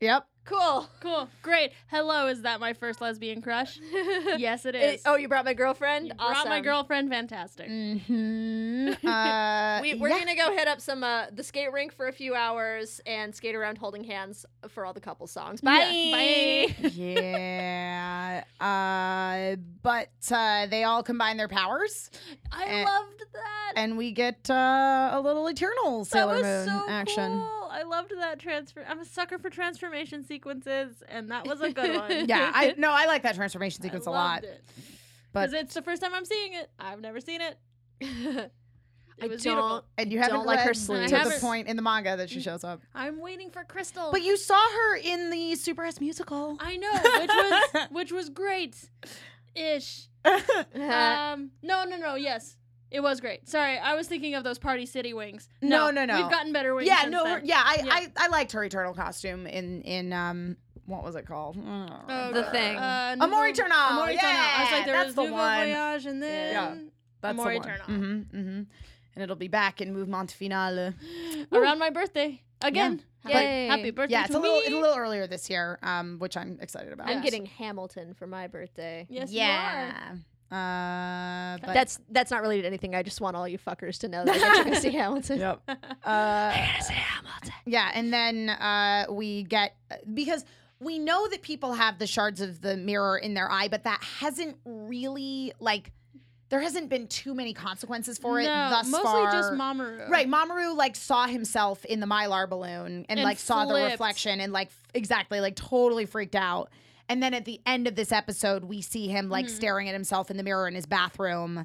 Speaker 1: Yep.
Speaker 4: Cool.
Speaker 3: Cool, great. Hello, is that my first lesbian crush? yes, it
Speaker 4: It-
Speaker 3: is.
Speaker 4: oh, you brought my girlfriend?
Speaker 3: You brought
Speaker 4: awesome.
Speaker 3: my girlfriend. Fantastic.
Speaker 1: Mm-hmm. Uh,
Speaker 4: We, we're
Speaker 1: yeah.
Speaker 4: gonna go hit up some uh, the skate rink for a few hours and skate around holding hands for all the couple songs. Bye.
Speaker 3: Yeah, bye.
Speaker 1: yeah. Uh, but uh, they all combine their powers,
Speaker 3: I
Speaker 1: Eh.
Speaker 3: loved that.
Speaker 1: and we get uh, a little Eternal
Speaker 3: that
Speaker 1: Sailor
Speaker 3: was
Speaker 1: Moon
Speaker 3: so
Speaker 1: action.
Speaker 3: cool. I loved that transfer. I'm a sucker for transformation sequences, and that was a good one.
Speaker 1: Yeah, I no, I like that transformation
Speaker 3: I
Speaker 1: sequence a lot.
Speaker 3: loved it.
Speaker 1: but-
Speaker 3: Because it's the first time I'm seeing it. I've never seen it. It was
Speaker 4: I don't,
Speaker 3: beautiful.
Speaker 1: And you haven't
Speaker 4: Don't like her
Speaker 1: read
Speaker 4: sleeves.
Speaker 1: to the
Speaker 3: I haven't- Mm. Oh.
Speaker 1: point in the manga that she shows up.
Speaker 3: I'm waiting for Crystal.
Speaker 1: But you saw her in the Super S musical.
Speaker 3: I know, which was which was great, ish.
Speaker 4: uh,
Speaker 1: Uh,
Speaker 3: Um, no, no, no. Yes, it was great. Sorry, I was thinking of those Party City wings.
Speaker 1: No, no, no.
Speaker 3: We've gotten better wings.
Speaker 1: yeah,
Speaker 3: since
Speaker 1: no,
Speaker 3: then.
Speaker 1: her- yeah, I,
Speaker 3: Yeah.
Speaker 1: I, I liked her eternal costume in in um what was it called?
Speaker 3: Oh,
Speaker 4: The
Speaker 3: God.
Speaker 4: thing.
Speaker 3: Uh,
Speaker 1: Amor
Speaker 3: Nouveau-
Speaker 1: Eternal,
Speaker 3: Amor Eternal. I was
Speaker 1: yeah,
Speaker 3: like, there
Speaker 1: that's
Speaker 3: was
Speaker 1: the
Speaker 3: Nouveau
Speaker 1: one.
Speaker 3: Voyage, and then
Speaker 1: Yeah.
Speaker 3: Amor Eternal.
Speaker 1: Mm-hmm, mm-hmm. And it'll be back in Movement Finale. Mm-hmm.
Speaker 3: around my birthday again.
Speaker 4: Yeah.
Speaker 3: Happy-
Speaker 4: Yay.
Speaker 3: Happy birthday
Speaker 1: Yeah, it's
Speaker 3: to
Speaker 1: a little
Speaker 3: me.
Speaker 1: it's a little earlier this year, um, which I'm excited about.
Speaker 4: I'm
Speaker 3: Yes.
Speaker 4: getting Hamilton for my birthday.
Speaker 3: yes, you are.
Speaker 1: yeah. Uh, but
Speaker 4: That's that's not related to anything. I just want all you fuckers to know that I get to go see Hamilton.
Speaker 1: yep. Uh,
Speaker 4: Yes, Hamilton.
Speaker 1: yeah, and then uh, we get because we know that people have the shards of the mirror in their eye, but that hasn't really like there hasn't been too many consequences for it
Speaker 3: no,
Speaker 1: thus
Speaker 3: mostly
Speaker 1: far.
Speaker 3: just Mamoru.
Speaker 1: Right, Mamoru like saw himself in the mylar balloon and,
Speaker 3: And
Speaker 1: like saw the
Speaker 3: flipped.
Speaker 1: reflection and like f- exactly like totally freaked out. And then at the end of this episode, we see him like
Speaker 3: Mhm.
Speaker 1: staring at himself in the mirror in his bathroom,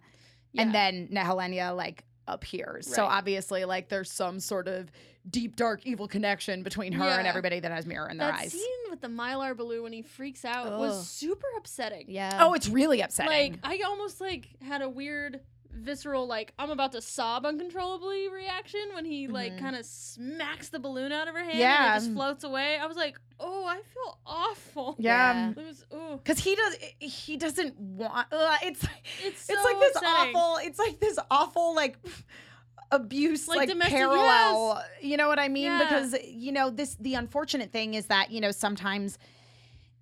Speaker 1: and then Nehelenia like appears. So
Speaker 3: Right.
Speaker 1: obviously, like there's some sort of deep, dark, evil connection between her and
Speaker 3: Yeah.
Speaker 1: everybody that has mirror in their
Speaker 3: that
Speaker 1: eyes.
Speaker 3: scene with the Mylar balloon when he freaks out
Speaker 4: Ugh.
Speaker 3: was super upsetting.
Speaker 4: Yeah.
Speaker 1: oh, it's really upsetting.
Speaker 3: Like I almost like had a weird visceral like I'm about to sob uncontrollably reaction when he like
Speaker 1: Mhm.
Speaker 3: kind of smacks the balloon out of her hand
Speaker 1: Yeah.
Speaker 3: and it just floats away. I was like, "Oh, I feel awful."
Speaker 1: yeah.
Speaker 3: It was ooh.
Speaker 1: Cause he does, he doesn't want. Uh, it's
Speaker 3: It's
Speaker 1: it's
Speaker 3: so
Speaker 1: like this
Speaker 3: upsetting.
Speaker 1: awful it's like this awful like abuse
Speaker 3: Like
Speaker 1: like,
Speaker 3: domestic-
Speaker 1: parallel you know what i mean
Speaker 3: Yeah.
Speaker 1: because you know this the unfortunate thing is that you know sometimes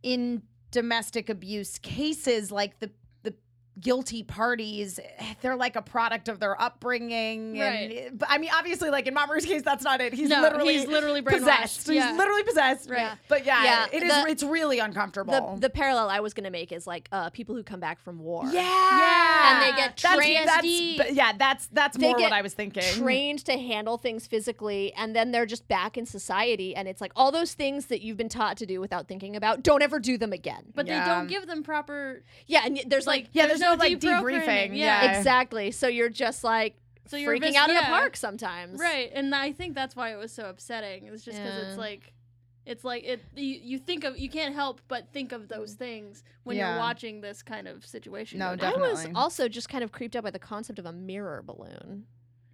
Speaker 1: in domestic abuse cases like the the guilty parties they're like a product of their upbringing
Speaker 3: Right.
Speaker 1: and but, i mean obviously like in Mamoru's case that's not it he's
Speaker 3: no,
Speaker 1: literally
Speaker 3: he's literally brainwashed.
Speaker 1: possessed he's
Speaker 3: Yeah.
Speaker 1: literally possessed
Speaker 3: Right.
Speaker 1: but yeah,
Speaker 4: Yeah,
Speaker 1: it is
Speaker 4: the-
Speaker 1: it's really
Speaker 4: the
Speaker 1: uncomfortable
Speaker 4: the parallel I was gonna make is like uh, people who come back from war.
Speaker 1: yeah
Speaker 3: Yeah.
Speaker 4: And they get
Speaker 1: that's, that's,
Speaker 3: PTSD.
Speaker 1: but yeah that's that's
Speaker 4: They
Speaker 1: more what
Speaker 4: get
Speaker 1: i was thinking
Speaker 4: Trained to handle things physically, and then they're just back in society, and it's like all those things that you've been taught to do without thinking about. Don't ever do them again.
Speaker 3: But
Speaker 1: Yeah.
Speaker 3: they don't give them proper
Speaker 4: yeah, and y- there's like,
Speaker 1: Yeah, there's no, like,
Speaker 3: deprogramming.
Speaker 1: debriefing.
Speaker 3: Yeah.
Speaker 1: Yeah.
Speaker 4: exactly. So you're just like
Speaker 3: So you're
Speaker 4: freaking
Speaker 3: vis-
Speaker 4: out in the
Speaker 3: yeah.
Speaker 4: park sometimes.
Speaker 3: Right, and I think that's why it was so upsetting. It's just because
Speaker 4: Yeah.
Speaker 3: it's like, it's like it. You, you think of you can't help but think of those things when
Speaker 1: Yeah.
Speaker 3: you're watching this kind of situation.
Speaker 1: No,
Speaker 3: go down.
Speaker 4: I was
Speaker 1: Definitely.
Speaker 4: also just kind of creeped out by the concept of a mirror balloon.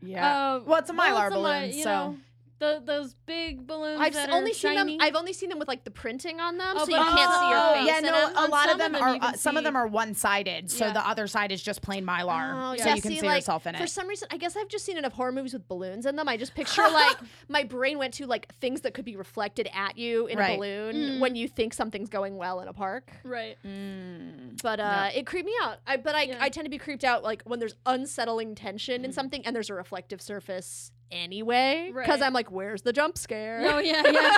Speaker 1: Yeah.
Speaker 3: Uh,
Speaker 1: Well, it's a Mylar
Speaker 3: mi-
Speaker 1: balloon,
Speaker 3: you
Speaker 1: so-
Speaker 3: know, tho- those big balloons.
Speaker 4: I've
Speaker 3: that
Speaker 4: s-
Speaker 3: are
Speaker 4: only seen them.
Speaker 3: shiny.
Speaker 4: I've only seen them with like the printing on them,
Speaker 3: Oh,
Speaker 4: so you
Speaker 3: but
Speaker 4: can't see
Speaker 3: also-
Speaker 4: your face.
Speaker 1: yeah,
Speaker 4: in
Speaker 1: no.
Speaker 4: them.
Speaker 1: A
Speaker 3: on
Speaker 1: lot of
Speaker 3: some of
Speaker 1: them,
Speaker 3: them
Speaker 1: are
Speaker 3: you can
Speaker 1: uh, some of
Speaker 3: see-
Speaker 1: them are one-sided, so
Speaker 3: Yeah.
Speaker 1: the other side is just plain mylar,
Speaker 4: Oh,
Speaker 1: so
Speaker 4: yeah.
Speaker 1: you can see,
Speaker 4: like,
Speaker 1: yourself in
Speaker 4: For
Speaker 1: it.
Speaker 4: some reason, I guess I've just seen enough horror movies with balloons in them. I just picture like my brain went to like things that could be reflected at you in
Speaker 1: Right.
Speaker 4: a balloon
Speaker 3: Mm.
Speaker 4: when you think something's going well in a park.
Speaker 3: right.
Speaker 1: Mm.
Speaker 4: But uh, it creeped me out. I but I,
Speaker 3: Yeah.
Speaker 4: I tend to be creeped out like when there's unsettling tension in something and there's a reflective surface anyway. Because
Speaker 3: Right.
Speaker 4: I'm like, where's the jump scare?
Speaker 1: Oh,
Speaker 3: No, yeah, yeah.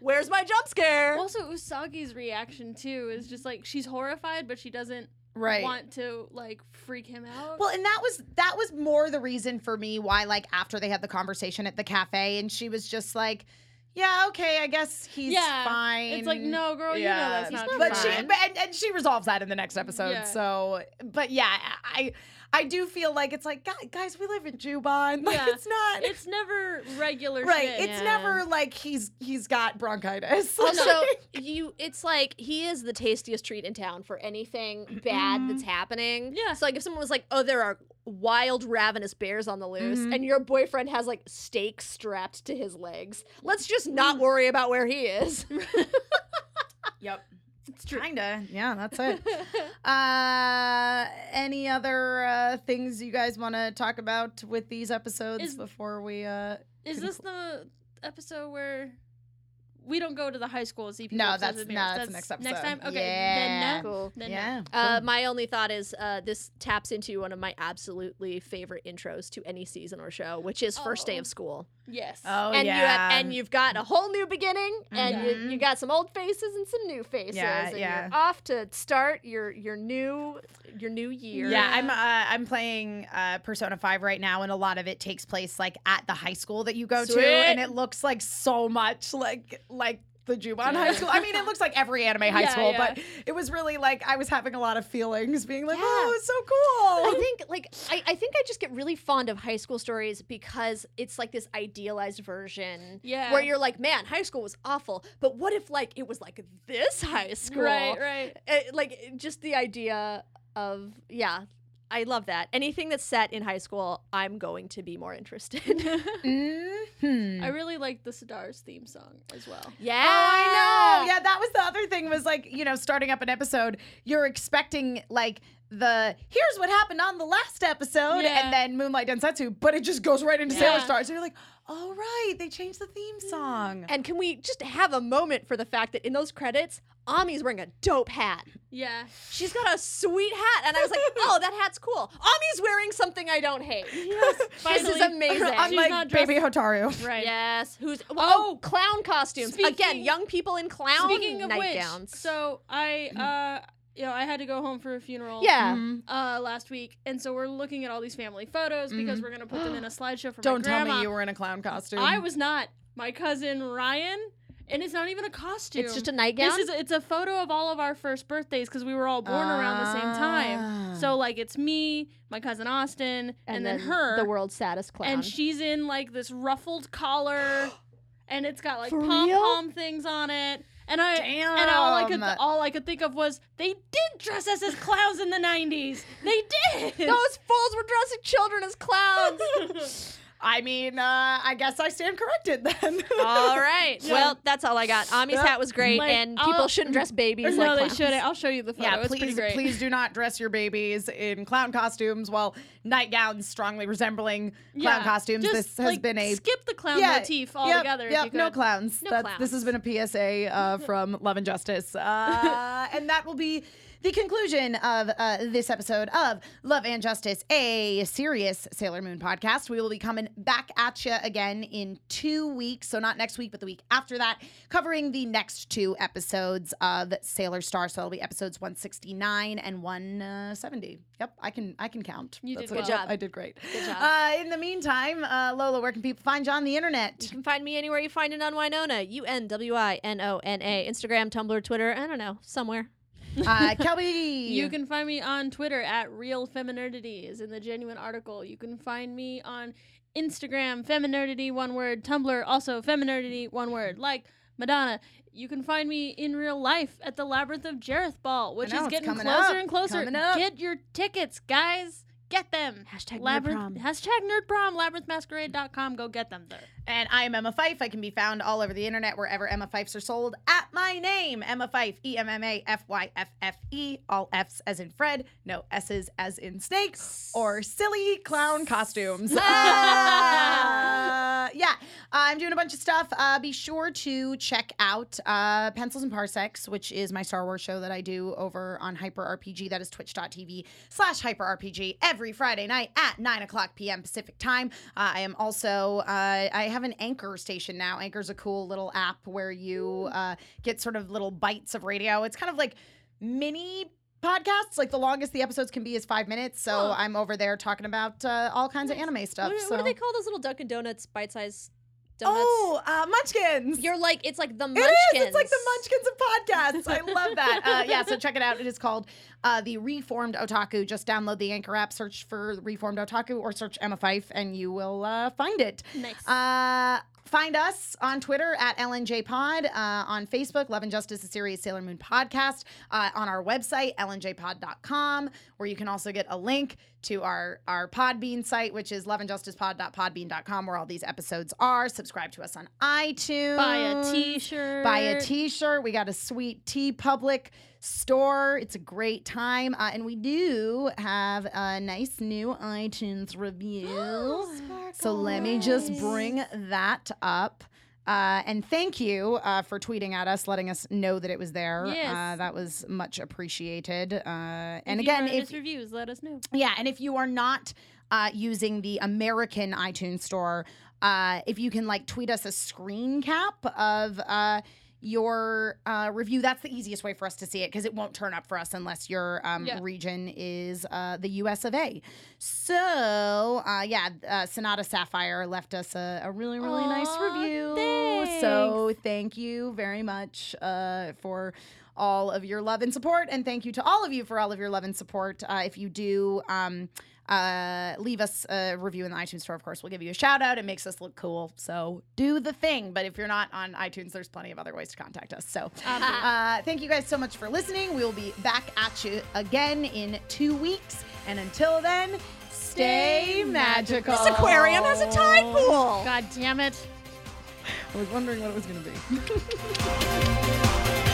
Speaker 4: where's my jump scare?
Speaker 3: also, Usagi's reaction too is just like she's horrified, but she doesn't
Speaker 1: Right.
Speaker 3: want to like freak him out.
Speaker 1: Well, and that was that was more the reason for me why like after they had the conversation at the cafe and she was just like, "Yeah, okay, I guess he's
Speaker 3: Yeah.
Speaker 1: fine."
Speaker 3: it's like no, girl, you know that's not.
Speaker 1: but
Speaker 3: true.
Speaker 1: she but, and, and she resolves that in the next episode.
Speaker 3: Yeah.
Speaker 1: So, but yeah, I I do feel like it's like "Guy- guys, we live in Juban. Like
Speaker 3: Yeah.
Speaker 1: it's not
Speaker 3: it's never regular
Speaker 1: right.
Speaker 3: shit.
Speaker 1: It's
Speaker 4: Yeah.
Speaker 1: never like he's he's got bronchitis.
Speaker 4: Also, you it's like he is the tastiest treat in town for anything bad that's happening.
Speaker 3: Yeah.
Speaker 4: So like if someone was like, "Oh, there are wild ravenous bears on the loose,"
Speaker 1: Mhm.
Speaker 4: and your boyfriend has like steak strapped to his legs, let's just not worry about where he is.
Speaker 1: Yep. It's Kinda. Yeah, that's it. uh, any other uh, things you guys want to talk about with these episodes
Speaker 3: Is-
Speaker 1: before we? Uh...
Speaker 3: Is this the episode where we don't go to the high school CP?
Speaker 1: No,
Speaker 3: episodes
Speaker 1: that's-
Speaker 3: with
Speaker 1: no,
Speaker 3: mirrors?
Speaker 1: that's next
Speaker 3: Next
Speaker 1: episode.
Speaker 3: time, okay.
Speaker 1: Yeah.
Speaker 3: Then no.
Speaker 4: cool.
Speaker 3: Then
Speaker 1: yeah.
Speaker 4: Uh, my only thought is uh, this taps into one of my absolutely favorite intros to any season or show, which is first day
Speaker 3: Oh.
Speaker 4: of school.
Speaker 3: no. Yes.
Speaker 1: oh
Speaker 4: and you have,
Speaker 1: yeah.
Speaker 4: and you've got a whole new beginning, and
Speaker 1: Mhm.
Speaker 4: you, you got some old faces and some new faces.
Speaker 1: Yeah,
Speaker 4: and
Speaker 1: yeah.
Speaker 4: You're off to start your your new your new year.
Speaker 1: Yeah, I'm uh, I'm playing uh, Persona Five right now, and a lot of it takes place like at the high school that you go
Speaker 4: Sweet.
Speaker 1: to, and it looks like so much like like the Juban High School. I mean, it looks like every anime high
Speaker 3: Yeah,
Speaker 1: school,
Speaker 3: yeah.
Speaker 1: but it was really like I was having a lot of feelings, being like,
Speaker 4: Yeah.
Speaker 1: "Oh, it's so cool."
Speaker 4: I think like I, I think I just get really fond of high school stories because it's like this idealized version.
Speaker 3: Yeah.
Speaker 4: Where you're like, man, high school was awful, but what if like it was like this high school?
Speaker 3: Right, right.
Speaker 4: Uh, like just the idea of yeah, I love that. Anything that's set in high school, I'm going to be more interested.
Speaker 1: hmm
Speaker 3: I really like the Stars theme song as well.
Speaker 4: yeah.
Speaker 1: I know. Yeah, that was the other thing was like, you know, starting up an episode, you're expecting like the here's what happened on the last episode
Speaker 3: Yeah.
Speaker 1: and then Moonlight Densetsu, but it just goes right into Sailor
Speaker 3: Yeah.
Speaker 1: Stars. And you're like, oh right, they changed the theme song.
Speaker 4: And can we just have a moment for the fact that in those credits, Ami's wearing a dope hat.
Speaker 3: Yeah.
Speaker 4: She's got a sweet hat. And I was like, oh, that hat's cool. Ami's wearing something I don't hate. this is
Speaker 3: Finally.
Speaker 4: amazing.
Speaker 1: I'm
Speaker 3: She's
Speaker 1: like
Speaker 3: not
Speaker 1: baby Hotaru.
Speaker 3: Right.
Speaker 4: yes. Who's oh,
Speaker 3: Oh,
Speaker 4: clown costumes again?
Speaker 3: speaking-
Speaker 4: Young people in clown
Speaker 3: Speaking of which,
Speaker 4: nightgowns.
Speaker 3: so I, uh, you know, I had to go home for a funeral.
Speaker 4: yeah.
Speaker 1: Mm-hmm.
Speaker 3: Uh, last week, and so we're looking at all these family photos because we're gonna put them in a slideshow for
Speaker 1: Don't
Speaker 3: my
Speaker 1: tell
Speaker 3: grandma.
Speaker 1: me you were in a clown costume.
Speaker 3: I was not. My cousin Ryan, and it's not even a costume.
Speaker 4: It's just a nightgown?
Speaker 3: This is it's a photo of all of our first birthdays because we were all born around the same
Speaker 1: Ah.
Speaker 3: time. So like it's me, my cousin Austin, and, then, her,
Speaker 4: the world's saddest clown.
Speaker 3: and she's in like this ruffled collar, and it's got like
Speaker 4: For real?
Speaker 3: pom pom things on it. And I and all I could
Speaker 1: Damn.
Speaker 3: all I could think of was they did dress us as clowns in the '90s. They did.
Speaker 4: Those fools were dressing children as clowns.
Speaker 1: I mean, uh, I guess I stand corrected then.
Speaker 4: all right. Well, that's all I got. Ami's
Speaker 1: Yeah.
Speaker 4: hat was great,
Speaker 3: Like,
Speaker 4: and
Speaker 3: I'll-
Speaker 4: people shouldn't dress babies
Speaker 3: no,
Speaker 4: like
Speaker 3: they
Speaker 4: clowns.
Speaker 3: shouldn't. I'll show you the photo.
Speaker 1: Yeah,
Speaker 3: it's pretty
Speaker 1: please,
Speaker 3: great.
Speaker 1: please do not dress your babies in clown costumes. While nightgowns strongly resembling clown
Speaker 3: Yeah,
Speaker 1: costumes,
Speaker 3: just,
Speaker 1: this has
Speaker 3: like,
Speaker 1: been a
Speaker 3: skip the clown
Speaker 1: Yeah,
Speaker 3: motif
Speaker 1: yep,
Speaker 3: altogether.
Speaker 1: Yep,
Speaker 3: if you
Speaker 1: no
Speaker 3: could.
Speaker 1: clowns.
Speaker 4: No
Speaker 1: That's- This has been a PSA uh, from Love and Justice, uh, and that will be the conclusion of uh, this episode of Love and Justice, a serious Sailor Moon podcast. We will be coming back at you again in two weeks, so not next week, but the week after that, covering the next two episodes of Sailor Star. So it'll be episodes one sixty nine and one seventy. Yep, I can I can count.
Speaker 3: You did
Speaker 1: what-
Speaker 4: good job.
Speaker 1: I did great. Good
Speaker 4: job.
Speaker 1: Uh, in the meantime, uh, Lola, where can people find you on the internet?
Speaker 4: You can find me anywhere you find an unwinona. U N W I N O N A. Instagram, Tumblr, Twitter. I don't know, somewhere.
Speaker 1: Uh, Kelby.
Speaker 3: You can find me on Twitter at Real Femininity is in the genuine article. You can find me on Instagram, Femininity, one word, Tumblr, also Femininity, one word, like Madonna. You can find me in real life at the Labyrinth of Jareth Ball, which
Speaker 1: know,
Speaker 3: is
Speaker 1: it's
Speaker 3: getting
Speaker 1: coming
Speaker 3: closer
Speaker 1: up,
Speaker 3: and closer.
Speaker 1: coming up.
Speaker 3: Get your tickets, guys. Get them.
Speaker 4: Hashtag
Speaker 3: Labyrinth,
Speaker 4: nerdprom.
Speaker 3: hashtag nerdprom, labyrinthmasquerade.com. Go get them there.
Speaker 1: And I am Emma Fife. I can be found all over the internet wherever Emma Fifes are sold at my name, Emma Fife, E M M A F Y F F E, all F's as in Fred, no S's as in snakes, or silly clown costumes. Uh, yeah, I'm doing a bunch of stuff. Uh, be sure to check out uh, Pencils and Parsecs, which is my Star Wars show that I do over on Hyper RPG. That is twitch.tv slash hyper RPG every Friday night at 9 o'clock p.m. Pacific time. Uh, I am also, uh, I have an Anchor station now. Anchor's a cool little app where you uh, get sort of little bites of radio. It's kind of like mini podcasts. Like the longest the episodes can be is five minutes. So I'm over there talking about uh, all kinds of anime stuff.
Speaker 4: What, do-
Speaker 1: so.
Speaker 4: what do they call those little Dunkin' Donuts bite-sized donuts?
Speaker 1: Oh, uh, Munchkins.
Speaker 4: You're like it's like the
Speaker 1: It
Speaker 4: munchkins.
Speaker 1: is. It's like the Munchkins of podcasts. I love that. Uh, yeah, so check it out. It is called uh, the Reformed Otaku. Just download the Anchor app, search for Reformed Otaku, or search Emma Fife, and you will uh, find it.
Speaker 3: Nice.
Speaker 1: Uh, find us on Twitter at LNJPod, uh, on Facebook, Love and Justice, a Serious Sailor Moon podcast, uh, on our website, lnjpod.com, where you can also get a link to our, our Podbean site, which is loveandjusticepod.podbean.com, where all these episodes are. Subscribe to us on iTunes.
Speaker 3: Buy a t shirt.
Speaker 1: Buy a t-shirt. We got a sweet T Public store. It's a great time, uh, and we do have a nice new iTunes review. so let me just bring that up. Uh, and thank you uh, for tweeting at us, letting us know that it was there.
Speaker 3: Yes.
Speaker 1: Uh, that was much appreciated. Uh, and
Speaker 3: If you
Speaker 1: again,
Speaker 3: notice
Speaker 1: if
Speaker 3: reviews, let us know.
Speaker 1: yeah, and if you are not uh, using the American iTunes store, uh, if you can like tweet us a screen cap of uh, your uh, review. That's the easiest way for us to see it because it won't turn up for us unless your um,
Speaker 3: Yeah.
Speaker 1: region is uh, the US of A. So, uh, yeah, uh, Sonata Sapphire left us a, a really, really nice
Speaker 3: Aw,
Speaker 1: review.
Speaker 3: thanks.
Speaker 1: So, thank you very much uh, for all of your love and support. And thank you to all of you for all of your love and support. Uh, if you do, um, uh, leave us a review in the iTunes store. Of course, we'll give you a shout out. It makes us look cool. So do the thing. But if you're not on iTunes, there's plenty of other ways to contact us. So uh, thank you guys so much for listening. We will be back at you again in two weeks. And until then, stay magical.
Speaker 4: This aquarium has a tide pool.
Speaker 3: God damn it.
Speaker 1: I was wondering what it was going to be.